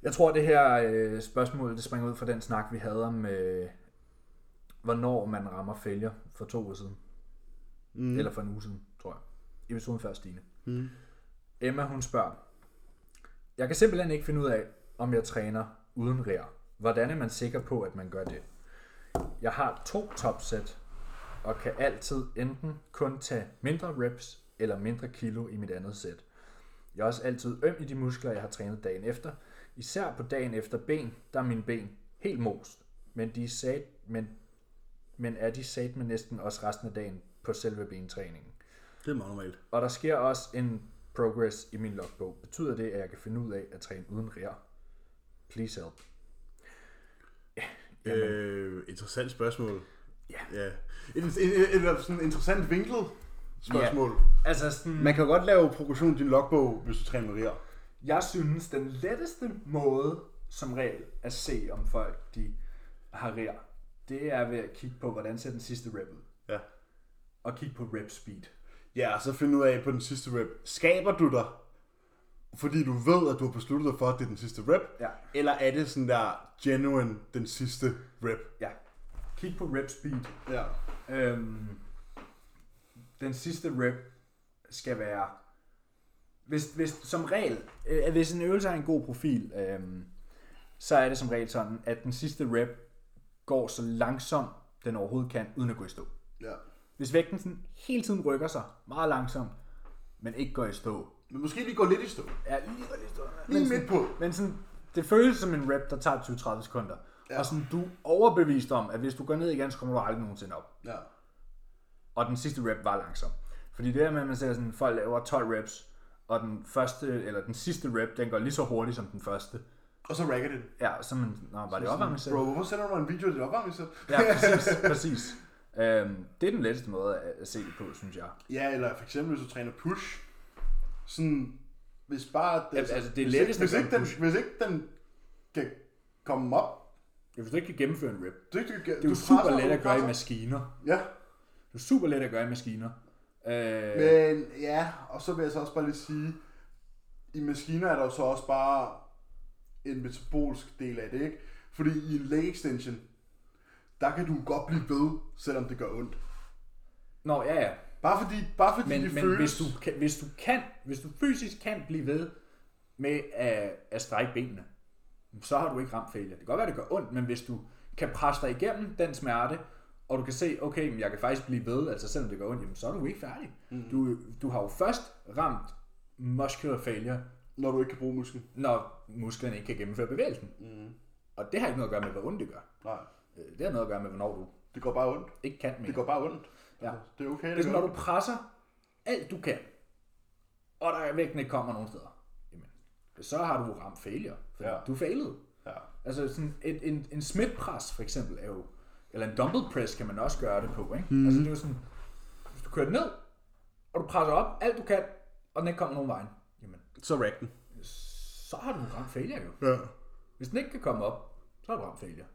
A: Jeg tror, det her øh, spørgsmål, det springer ud fra den snak, vi havde om, øh, hvornår man rammer failure for to uger siden.
B: Mm-hmm.
A: Mm. Eller for en uge siden, tror jeg. I episoden før Stine.
B: Mm.
A: Emma, hun spørger. Jeg kan simpelthen ikke finde ud af, om jeg træner uden rær. Hvordan er man sikker på, at man gør det? Jeg har to topsæt, og kan altid enten kun tage mindre reps eller mindre kilo i mit andet sæt. Jeg er også altid øm i de muskler, jeg har trænet dagen efter. Især på dagen efter ben, der er mine ben helt most. Men, de er sat, men, men er de sat med næsten også resten af dagen på selve bentræningen.
B: Det er meget normalt.
A: Og der sker også en progress i min logbog. Betyder det, at jeg kan finde ud af at træne uden rær? Please help. Jamen.
B: Øh, interessant spørgsmål.
A: Ja.
B: ja. En, en, en, en, sådan interessant vinklet spørgsmål. Ja.
A: Altså sådan,
B: Man kan jo godt lave progression i din logbog, hvis du træner med rier.
A: jeg synes, den letteste måde som regel at se, om folk de har rær, det er ved at kigge på, hvordan ser den sidste rep ud.
B: Ja.
A: Og kigge på rep speed.
B: Ja, og så finde ud af på den sidste rep. Skaber du dig, fordi du ved, at du har besluttet dig for, at det er den sidste rep?
A: Ja.
B: Eller er det sådan der genuine, den sidste rep?
A: Ja. Kig på rep speed.
B: Ja.
A: Øhm, den sidste rep skal være... Hvis, hvis som regel, øh, hvis en øvelse har en god profil, øhm, så er det som regel sådan, at den sidste rep går så langsomt, den overhovedet kan, uden at gå i stå.
B: ja.
A: Hvis vægten sådan hele tiden rykker sig meget langsomt, men ikke går i stå,
B: Men måske lige gå lidt i stå.
A: Ja, lige, går lidt stå.
B: Lige
A: Men sådan-
B: midt på.
A: Men sådan, det føles som en rep, der tager 20-30 sekunder. Ja.
B: Ja.
A: Og sådan, du er overbevist om, at hvis du går ned igen, så kommer du aldrig nogensinde op.
B: Ja.
A: Og den sidste rep var langsom. Fordi det der med, at man ser sådan, folk laver 12 reps, og den første, eller den sidste rep, den går lige så hurtigt som den første.
B: Og så racker det.
A: Ja, og så er man, Nå, var det opvarmningssæt?
B: Bro, hvorfor sender du mig en video af dit opvarmningssæt?
A: Ja, præcis, præcis. Øhm, det er den letteste måde at, at se det på, synes jeg.
B: Ja, eller for eksempel, hvis du træner push. Sådan, hvis bare...
A: Ja, altså, det er
B: hvis
A: lettest
B: ikke, hvis,
A: at
B: ikke
A: gøre
B: den, hvis ikke den kan komme op,
A: Hvis du ikke kan gennemføre en rep,
B: du, ikke, du, kan-
A: det er
B: du
A: jo super
B: presser,
A: let at
B: du
A: gøre i
B: presser.
A: maskiner.
B: Ja,
A: Det er super let at gøre i maskiner. Øh,
B: men ja, og så vil jeg så også bare lige sige, i maskiner er der jo så også bare en metabolsk del af det, ikke? Fordi i en leg extension, der kan du godt blive ved, selvom det gør ondt.
A: Nå, ja, ja.
B: Bare fordi, bare fordi
A: Men,
B: det
A: men
B: føles...
A: hvis, du kan, hvis, du kan, hvis du fysisk kan blive ved med at, at strække benene, så har du ikke ramt failure. Det kan godt være, det gør ondt, men hvis du kan presse dig igennem den smerte, og du kan se, okay, men jeg kan faktisk blive ved, altså selvom det gør ondt, jamen, så er du ikke færdig. Mm. Du, du har jo først ramt muscular failure,
B: Når du ikke kan bruge musklen.
A: når musklerne ikke kan gennemføre bevægelsen. Mm. Og det har ikke noget at gøre med, hvor ondt det gør.
B: Nej,
A: Øh, Det har noget at gøre med, hvornår du
B: det går bare ondt.
A: ikke kan mere.
B: Det går bare ondt.
A: Ja.
B: Altså, Det er okay,
A: Det er
B: gør
A: sådan, når du presser alt du kan, og der er vægten ikke kommer nogen steder, jamen, så har du ramt failure, for ja.
B: Ja.
A: du failede.
B: Ja.
A: Altså sådan et, en, en smidtpres for eksempel er jo, eller en dumbbell press kan man også gøre det på, ikke? Mm. Altså det er jo sådan, hvis du kører den ned, og du presser op alt du kan, og den ikke kommer nogen vejen, jamen,
B: Så rack den.
A: så har du ramt failure jo.
B: Ja.
A: Hvis den ikke kan komme op, så har du ramt failure.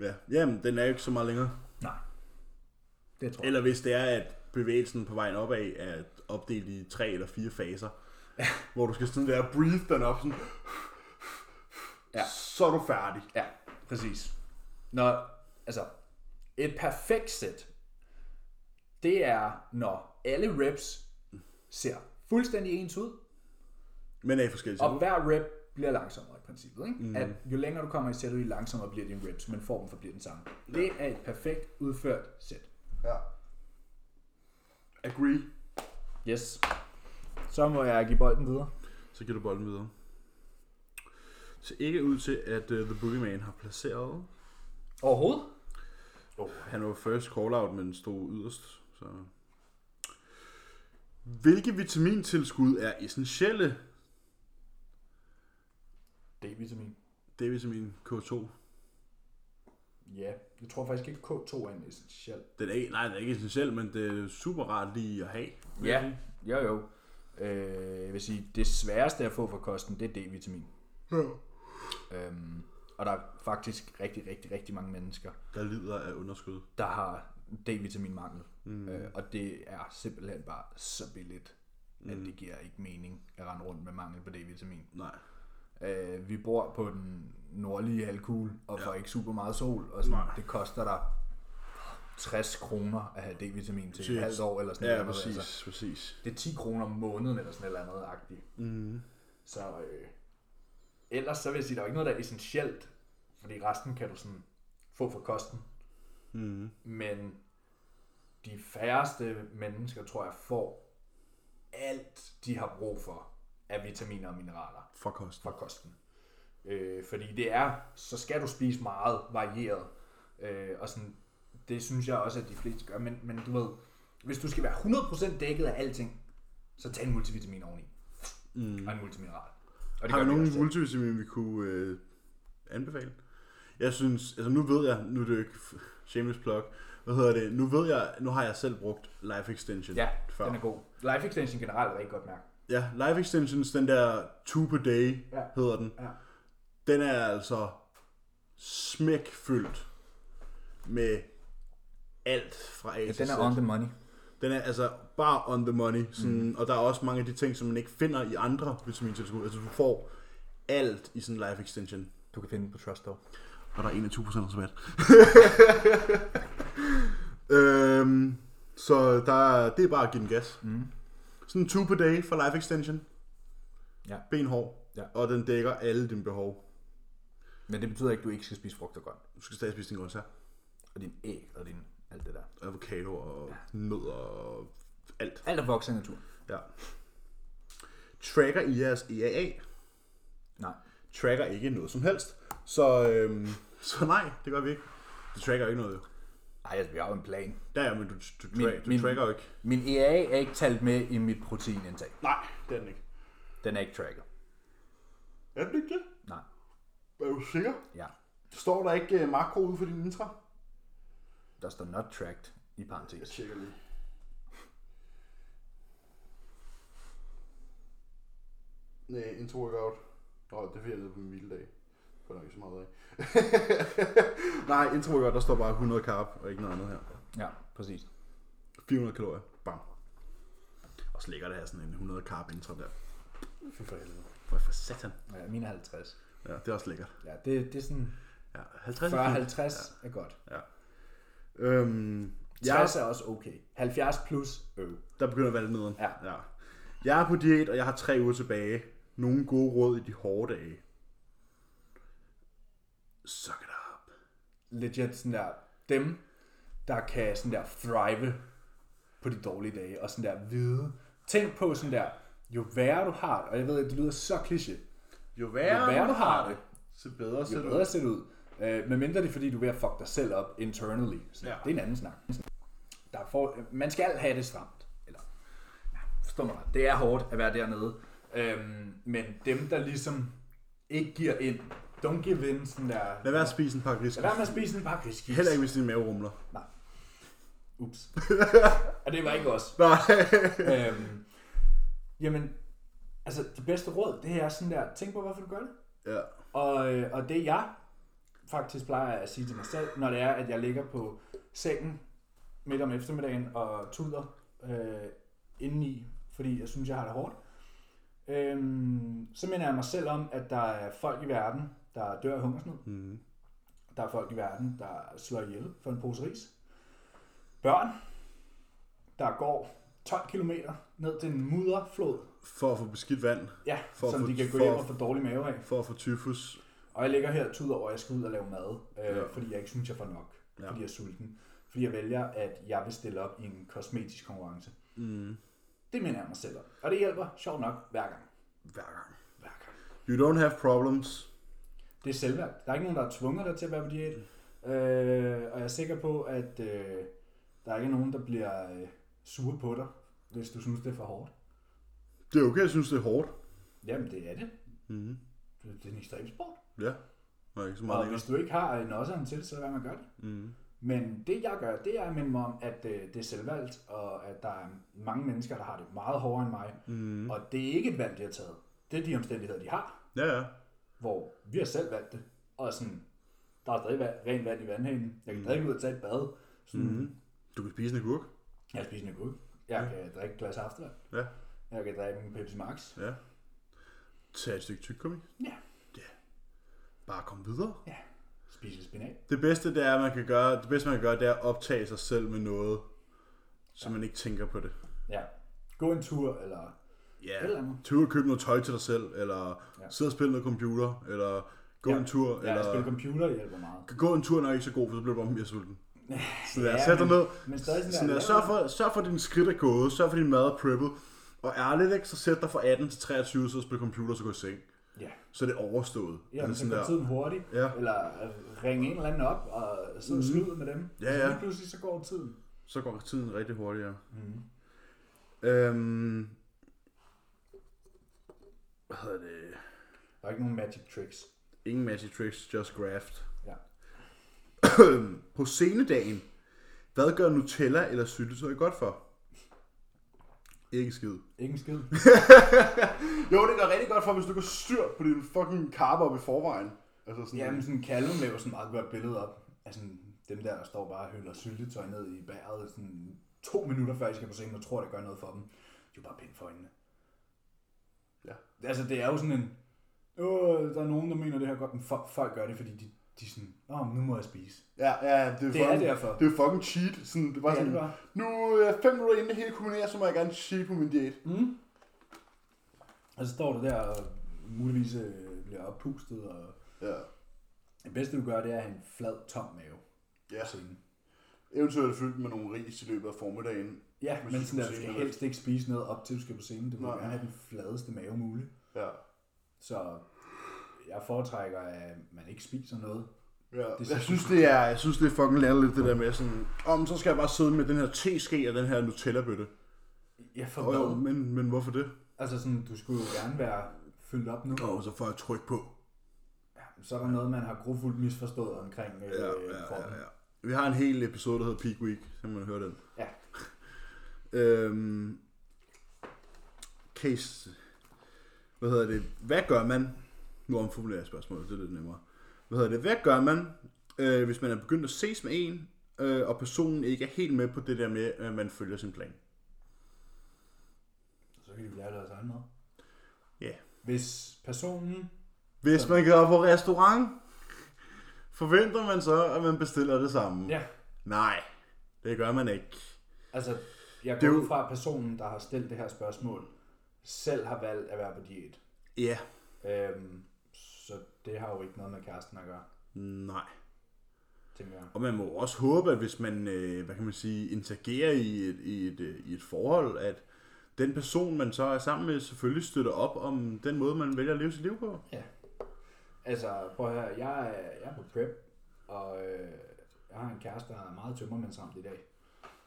B: ja. Jamen, den er jo ikke så meget længere.
A: Nej. Det tror jeg.
B: Eller hvis det er, at bevægelsen på vejen opad er opdelt i tre eller fire faser. Ja. Hvor du skal sådan der breathe den op sådan.
A: Ja.
B: Så er du færdig.
A: Ja, præcis. Når, altså, et perfekt sæt, det er, når alle reps ser fuldstændig ens ud,
B: Men af forskellige
A: og
B: ting.
A: hver rep bliver langsommere i princippet. Ikke? Mm. At jo længere du kommer i sættet, jo langsommere bliver dine reps, men formen forbliver den samme. Det er et perfekt udført sæt.
B: Ja. Agree.
A: Yes. Så må jeg give bolden videre.
B: Så giver du bolden videre. Så ikke ud til, at uh, The Boogeyman har placeret.
A: Overhovedet?
B: Han var first call-out, men stod yderst. Så. Hvilke vitamintilskud er essentielle?
A: D-vitamin.
B: D-vitamin K2.
A: Ja, jeg tror faktisk ikke K2 er en essentiel.
B: Den er, ikke- nej, den er ikke essentiel, men det er super rart lige at have.
C: Ja,
A: Jo jo. Øh, jeg vil sige, det sværeste at få fra kosten, det er D-vitamin. Øhm, og der er faktisk rigtig, rigtig, rigtig mange mennesker,
B: Der lider af underskud.
A: der har D-vitaminmangel.
B: Mm.
A: Øh, og det er simpelthen bare så billigt, at
B: Mm.
A: det giver ikke mening at rende rundt med mangel på D-vitamin.
B: Nej.
A: Øh, vi bor på den nordlige halvkugle og får ikke super meget sol, og sådan,
B: Nej.
A: det koster dig 60 kroner at have D-vitamin til et
B: Præcis.
A: halvt år eller sådan
B: Ja,
A: noget.
B: præcis,
A: Altså,
B: præcis.
A: det er 10 kroner om måneden eller sådan et eller andet agtigt.
B: Mm.
A: Så øh, ellers så vil jeg sige, der er ikke noget, der er essentielt, fordi resten kan du sådan få fra kosten.
B: Mm.
A: men de færreste mennesker, tror jeg, får alt, de har brug for af vitaminer og mineraler
B: For kosten.
A: fra kosten. Øh, fordi det er, så skal du spise meget varieret. Øh, og sådan, det synes jeg også, at de fleste gør. Men, men du ved, hvis du skal være 100% dækket af alting, så tag en multivitamin oveni. Mm. Og en multimineral. Og det
B: Har
A: gør
B: vi
A: vi
B: nogen
A: også selv.
B: multivitamin, vi kunne øh, anbefale? Jeg synes, altså nu ved jeg, nu er det jo ikke shameless plug, hvad hedder det, nu ved jeg, nu har jeg selv brugt Life Extension
A: Ja,
B: før.
A: den er god. Life Extension generelt er rigtig godt mærke.
B: Ja, Life Extensions, den der two per day
A: Ja.
B: hedder den,
A: Ja.
B: den er altså smækfyldt med alt fra A ja, til
C: den
B: Z.
C: er on the money.
B: Den er altså bare on the money, sådan, mm. og der er også mange af de ting, som man ikke finder i andre vitamintilskud. Altså du får alt i sådan en life extension.
C: Du kan finde den på Trust Store.
B: Og der er 21% rabat. [LAUGHS] øhm, så der, det er bare at give den gas. Mm. Sådan en 2 per day for life extension.
C: Ja.
B: Benhård.
C: Ja.
B: Og den dækker alle dine behov.
C: Men det betyder ikke, at du ikke skal spise frugt og grønt.
B: Du skal stadig spise din grøntsager.
C: Og din æg og din alt det der.
B: Avocado og nødder og alt.
C: Alt er vokset i naturen.
B: Ja. Tracker I jeres E EAA?
C: Nej.
B: Tracker ikke noget som helst. Så, øhm, så nej, det gør vi ikke. Det tracker ikke noget. jo.
C: Ej, altså, vi har jo en plan.
B: Der er men du, du, tra-
C: Min-
B: du
C: min-
B: tracker jo ikke.
C: Min
A: E
C: EA er ikke talt med i mit proteinindtag.
B: Nej, det er den ikke.
C: Den er ikke tracket.
B: Er den ikke det?
C: Nej.
B: Er du sikker?
C: Ja.
B: Står der ikke øh, makro ude for din intra?
C: Der står not tracked i parentes.
B: tjekker lige. Nej, intro workout. Nå, det finder jeg nede på min hviledag. For der er ikke så meget af. [LAUGHS] Nej, intro workout, der står bare 100 carb og ikke noget andet her.
C: Ja, præcis.
B: 400 kalorier. Bam. Og så ligger der her sådan en 100 carb intro der.
A: Fy for helvede.
B: For, for satan.
A: Ja, mine er 50.
B: Ja, det er også lækkert.
A: Ja, det, det er sådan
B: Ja,
A: [LAUGHS]
B: 50 er fint.
A: 40-50 er godt.
B: Ja. Øhm,
A: 60 er også okay. 70 plus, øv.
B: Der begynder at være lidt nederen.
A: Ja.
B: ja. Jeg er på diæt, og jeg har tre uger tilbage. Nogle gode råd i de hårde dage. Suck it up.
A: Legit sådan der, dem, der kan sådan der thrive på de dårlige dage, og sådan der vide. Tænk på sådan der, jo værre du har det, og jeg ved, at det lyder så kliché,
B: Jo
A: jo værre du har det,
B: så bedre
A: jo bedre ser det ud. Øh, men mindre det er, fordi du er ved at fuck dig selv op internally. Så
B: Ja.
A: ja. Det er en anden snak. Der er for, man skal have det stramt. Eller, ja, forstår mig ret. Det er hårdt at være dernede. Øhm, men dem, der ligesom ikke giver ind, don't give in, sådan der...
B: Lad være at spise en pakke
A: Lad
B: riskis.
A: være med at spise en pakke riskis.
B: Heller ikke, hvis din mave rumler.
A: Nej. Ups. [LAUGHS] Og det var ikke os.
B: Nej.
A: øhm, jamen, altså, det bedste råd, det er sådan der, tænk på, hvorfor du gør det.
B: ja.
A: Og, øh, og det jeg faktisk plejer at sige til mig selv, når det er, at jeg ligger på sengen midt om eftermiddagen og tuder øh, indeni, fordi jeg synes, jeg har det hårdt, øhm, så minder jeg mig selv om, at der er folk i verden, der dør af hungersnød.
B: Mm.
A: Der er folk i verden, der slår ihjel for en pose ris. Børn, der går 12 km ned til en mudderflod,
B: For at få beskidt vand.
A: ja,
B: For at
A: som
B: få-
A: de kan gå
B: for-
A: hjem og få dårlig mave af.
B: For at få tyfus.
A: Og jeg ligger her og tuder over, at jeg skal ud og lave mad, øh,
B: Ja.
A: ja. fordi jeg ikke synes, jeg får nok,
B: Ja.
A: ja. fordi jeg er sulten. Fordi jeg vælger, at jeg vil stille op i en kosmetisk konkurrence.
B: Mm.
A: Det minder jeg mig selv om. Og det hjælper, sjovt nok, hver gang.
B: Hver gang.
A: Hver gang.
B: You don't have problems.
A: Det er selvvalgt. Der er ikke nogen, der har tvunget dig til at være på diæt. Øh, og jeg er sikker på, at øh, der er ikke nogen, der bliver øh, sure på dig, hvis du synes, det er for hårdt.
B: Det er okay, jeg synes, det er hårdt.
A: Jamen, det er det.
B: Mm.
A: Det det er en ekstrem sport.
B: Ja. Nej, ikke så meget
A: Og
B: længere.
A: hvis du ikke har øh, nosseren til, så lad være med at gøre det.
B: Mm.
A: Men det jeg gør, det er at minde mig om, at øh, det er selvvalgt, og at der er mange mennesker, der har det meget hårdere end mig.
B: Mm.
A: Og det er ikke et valg, de har taget. Det er de omstændigheder, de har,
B: Ja, ja.
A: hvor vi har selv valgt det. Og sådan, der er stadig vand, rent vand i vandhanen. Jeg kan
B: Mm.
A: stadig gå ud og tage et bad. Sådan,
B: Mm-hmm.
A: mm.
B: Du kan spise en agurk.
A: Jeg spiser en agurk. Jeg kan drikke et glas aftenvand.
B: Ja,
A: Jeg kan drikke en Pepsi Max.
B: ja. Tag et stykke tyggegummi.
A: Ja.
B: Bare kom videre.
A: ja. Spise lidt spinat.
B: Det bedste, det er, at man kan gøre, det bedste, man kan gøre, det er at optage sig selv med noget, så man ikke tænker på det.
A: Ja. Gå en tur, eller...
B: Ja,
A: Et eller andet.
B: tur og købe noget tøj til dig selv, eller
A: Ja.
B: ja. sidde og spille noget computer, eller gå
A: Ja.
B: ja. en tur,
A: Ja, eller... spille
B: eller...
A: computer hjælper meget.
B: Gå en tur er nok ikke så god, for så bliver du bare mere sulten. Så der,
A: Ja,
B: ja, sæt dig
A: men-
B: ned.
A: men stadig Altså, sådan
B: sådan
A: der, lav
B: der, sørg,
A: noget.
B: for, sørg for, at dine skridt er gået. Sørg for, at din mad er preppet. Og ærligt, ikke, så sæt dig fra 18 til 23, så spil computer, så gå i seng.
A: Ja.
B: Så er det overstået.
A: Ja,
B: det
A: men så går tiden hurtigt.
B: Ja. Mhm.
A: Eller øh, ringe en eller anden op og sidde og snyde med dem.
B: Ja,
A: Så
B: ja.
A: lige pludselig så går tiden.
B: så går tiden rigtig hurtigt, ja.
A: Mhm.
B: Øhm, hvad hedder det?
A: Der er ikke nogen magic tricks.
B: Ingen magic tricks, just graft.
A: Ja.
B: [CLEARS THROAT] På senedagen, hvad gør Nutella eller syltetøj godt for? Ikke skid.
A: Ingen skid.
B: Jo, det gør rigtig godt for, hvis du går styr på din fucking karpe op i forvejen. Altså sådan,
A: Jamen, sådan Callum laver sådan et meget godt billede op. Altså, dem der, der står bare og hylder syltetøj ned i bæret, sådan to minutter før, de skal på scenen, og tror, det gør noget for dem. De er jo bare pænt for øjnene.
B: Ja.
A: Altså, det er jo sådan en... Åh, der er nogen, der mener det her er godt, men folk, folk gør det, fordi de, de er sådan, åh, men nu må jeg spise.
B: Ja, ja, det er,
A: Det er
B: fucking,
A: derfor.
B: Det er fucking cheat. Sådan, det er bare
A: Det er
B: sådan,
A: det bare.
B: nu er jeg fem minutter inden det hele kulminerer, så må jeg gerne cheat på min diæt.
A: Mm. Og så står du der og muligvis øh, bliver oppustet, og
B: Ja.
A: det bedste, du gør, det er at have en flad, tom mave
B: Ja.
A: på scenen.
B: Eventuelt fyldt med nogle ris i løbet af formiddagen.
A: Ja,
B: Hvis
A: men
B: du
A: sådan der, du
B: skal
A: skal
B: se noget.
A: helst ikke spise noget op til, du skal på scenen. Du vil
B: Nej.
A: gerne have den fladeste mave muligt.
B: Ja.
A: Så jeg foretrækker, at man ikke spiser noget.
B: Ja,
A: Det
B: det
A: synes
B: jeg, synes, det er, jeg synes, det er fucking latterligt, det der med sådan, om så skal jeg bare sidde med den her teske og den her Nutella-bøtte.
A: Ja, for
B: Jo, jo,
A: hvad?
B: men, men hvorfor det?
A: Altså sådan, du skulle jo gerne være fyldt op nu.
B: Og så får jeg tryk på.
A: Så er der noget, man har grofuldt misforstået omkring øh,
B: Ja,
A: kroppen.
B: ja, ja, ja. Vi har en hel episode, der hedder Peak Week, så kan man høre den.
A: Ja.
B: [LAUGHS] Øhm, case. Hvad hedder det? Hvad gør man? Nu omformulerer jeg spørgsmålet, det er lidt nemmere. Hvad hedder det? Hvad gør man, øh, hvis man er begyndt at ses med en, øh, og personen ikke er helt med på det der med, at man følger sin plan?
A: Så kan de jo lære deres egen mad.
B: Ja. Yeah.
A: Hvis personen...
B: Hvis man går på restaurant, forventer man så, at man bestiller det samme?
A: Ja,
B: Nej, det gør man ikke.
A: altså jeg
B: Det er
A: går
B: jo-
A: ud fra, at personen, der har stillet det her spørgsmål, selv har valgt at være på diæt.
B: Ja.
A: Øhm, så det har jo ikke noget med kæresten at gøre,
B: Nej.
A: tænker jeg.
B: Og man må jo også håbe, at hvis man, øh, hvad kan man sige, interagerer i et, i, et, øh, i et forhold, at den person, man så er sammen med, selvfølgelig støtter op om den måde, man vælger at leve sit liv på.
A: Ja. Altså, prøv at høre, jeg er, jeg er på prep, og øh, jeg har en kæreste, der er meget tømmermændsramt i dag.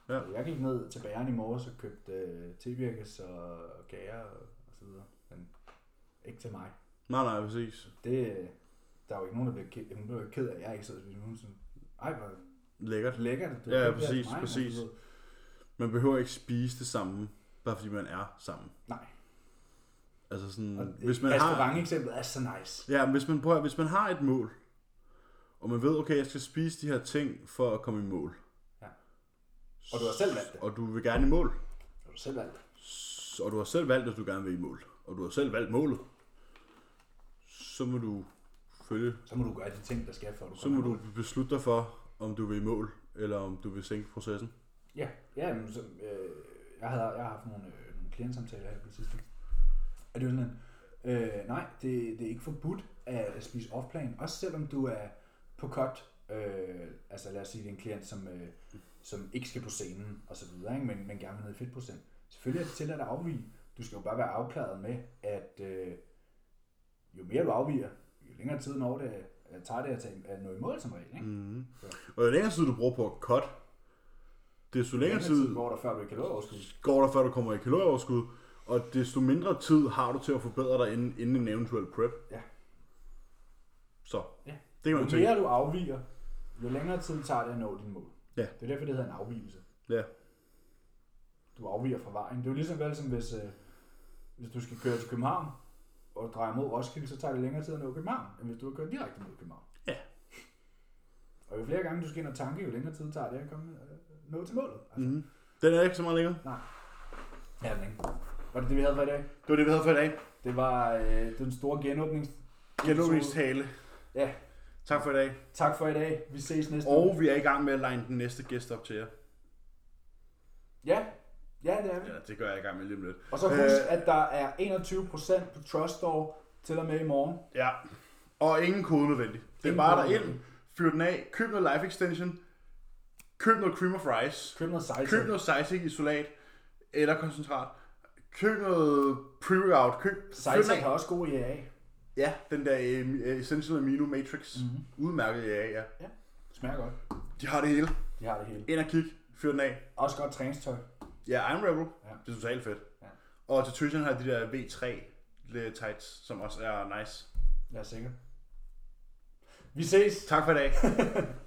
B: Ja.
A: Så Jeg gik ned til bageren i morges og købte øh, tevirkes og kager og, og så videre, men ikke til mig.
B: Nej, nej, præcis.
A: Det, øh, der er jo ikke nogen, der bliver, ked, hun bliver jo ked af, at jeg ikke sidder og spiser. Hun er sådan, ej, hvor
B: Lækkert.
A: lækkert. Du
B: Ja,
A: købte det her til
B: præcis,
A: mig," og
B: præcis.
A: så videre.
B: Man behøver ikke spise det samme, bare fordi man er sammen.
A: Nej,
B: Altså sådan,
A: og
B: hvis man har...
A: restauranteksemplet er så nice.
B: Ja, men hvis man, prøver, hvis man har et mål, og man ved, okay, jeg skal spise de her ting for at komme i mål,
A: Og du har selv valgt det.
B: og du vil gerne i mål,
A: Du har selv valgt det.
B: s- og du har selv valgt, at du gerne vil i mål, og du har selv valgt målet, så må du følge,
A: Så må du gøre de ting, der skal for, at du
B: så
A: kommer
B: må
A: i
B: du beslutte dig for, om du vil i mål, eller om du vil sænke processen.
A: Ja, ja men så, øh, jeg, havde, jeg har haft nogle, øh, nogle klientsamtaler her på det sidste. Er det jo sådan, at, øh, nej, det, det er ikke forbudt at spise off-plan, også selvom du er på cut. Øh, altså lad os sige, det er en klient, som, øh, som ikke skal på scenen og så videre, ikke? Men, men gerne vil ned i fedtprocent.
C: Selvfølgelig er det tilladt at afvige. Du skal jo bare være afklaret med, at øh, jo mere du afviger, jo længere tid når det øh, tager det at, tage, at nå i mål som regel. Ikke?
B: Mm. Og jo længere tid du bruger på at cut, desto længere tid
C: går der før du kan nå overskud.
B: går der, før du kommer i kalorieoverskud, og desto mindre tid har du til at forbedre dig inden, inden en eventuel prep.
C: Ja.
B: Så,
C: Ja.
B: det kan man jo
C: Jo
B: tænke.
C: mere du afviger, jo længere tid tager det at nå dine mål.
B: Ja.
C: Det er derfor, det hedder en afvigelse.
B: Ja.
C: Du afviger fra vejen. Det er jo ligesom vel, som hvis, øh, hvis du skal køre til København, og drejer mod Roskilde, så tager det længere tid at nå København, end hvis du har kørt direkte mod København.
B: Ja.
C: Og jo flere gange du skal ind og tanke, jo længere tid tager det at komme, øh, nå til målet. Altså,
B: Mm-hmm. Den er ikke så meget længere.
C: Ja, den ikke. Var det det, vi havde for i dag?
B: Det var det, vi havde for i dag.
C: Det var øh, den store genåbnings...
B: Genåbningstale.
C: Ja.
B: Tak for i dag.
C: Tak for i dag. Vi ses næste uge.
B: Og vi er i gang med at line den næste gæst op til jer.
C: Ja, ja det er vi.
B: Ja, det gør jeg i gang med lige om lidt.
C: Og så husk, øh, at der er 21% på Trust Store til og med i morgen.
B: Ja. Og ingen kode nødvendig. Det er
C: Ingen
B: bare
C: kode
B: derind, fyr den af, køb noget life extension, køb noget cream of rice,
C: Køb noget sejt.
B: Køb noget Seisig isolat eller koncentrat. Køb noget pre-workout. Køb
C: Sejt
B: køb-
C: har også gode EA.
B: Ja, den der øh, Essential Amino Matrix. Mm-hmm. Udmærket, ja, ja.
C: Ja, smager godt.
B: De har det hele.
C: De har det hele.
B: Ind og kig. Fyr den af.
C: Også godt træningstøj.
B: Ja, I'm Rebel.
C: Ja.
B: Ja. Det er totalt fedt.
C: Ja.
B: Ja. Og til Tøsjen har de der V3 lidt tights, som også er nice.
C: Jeg er sikker. Vi ses. [LAUGHS]
B: Tak for i dag.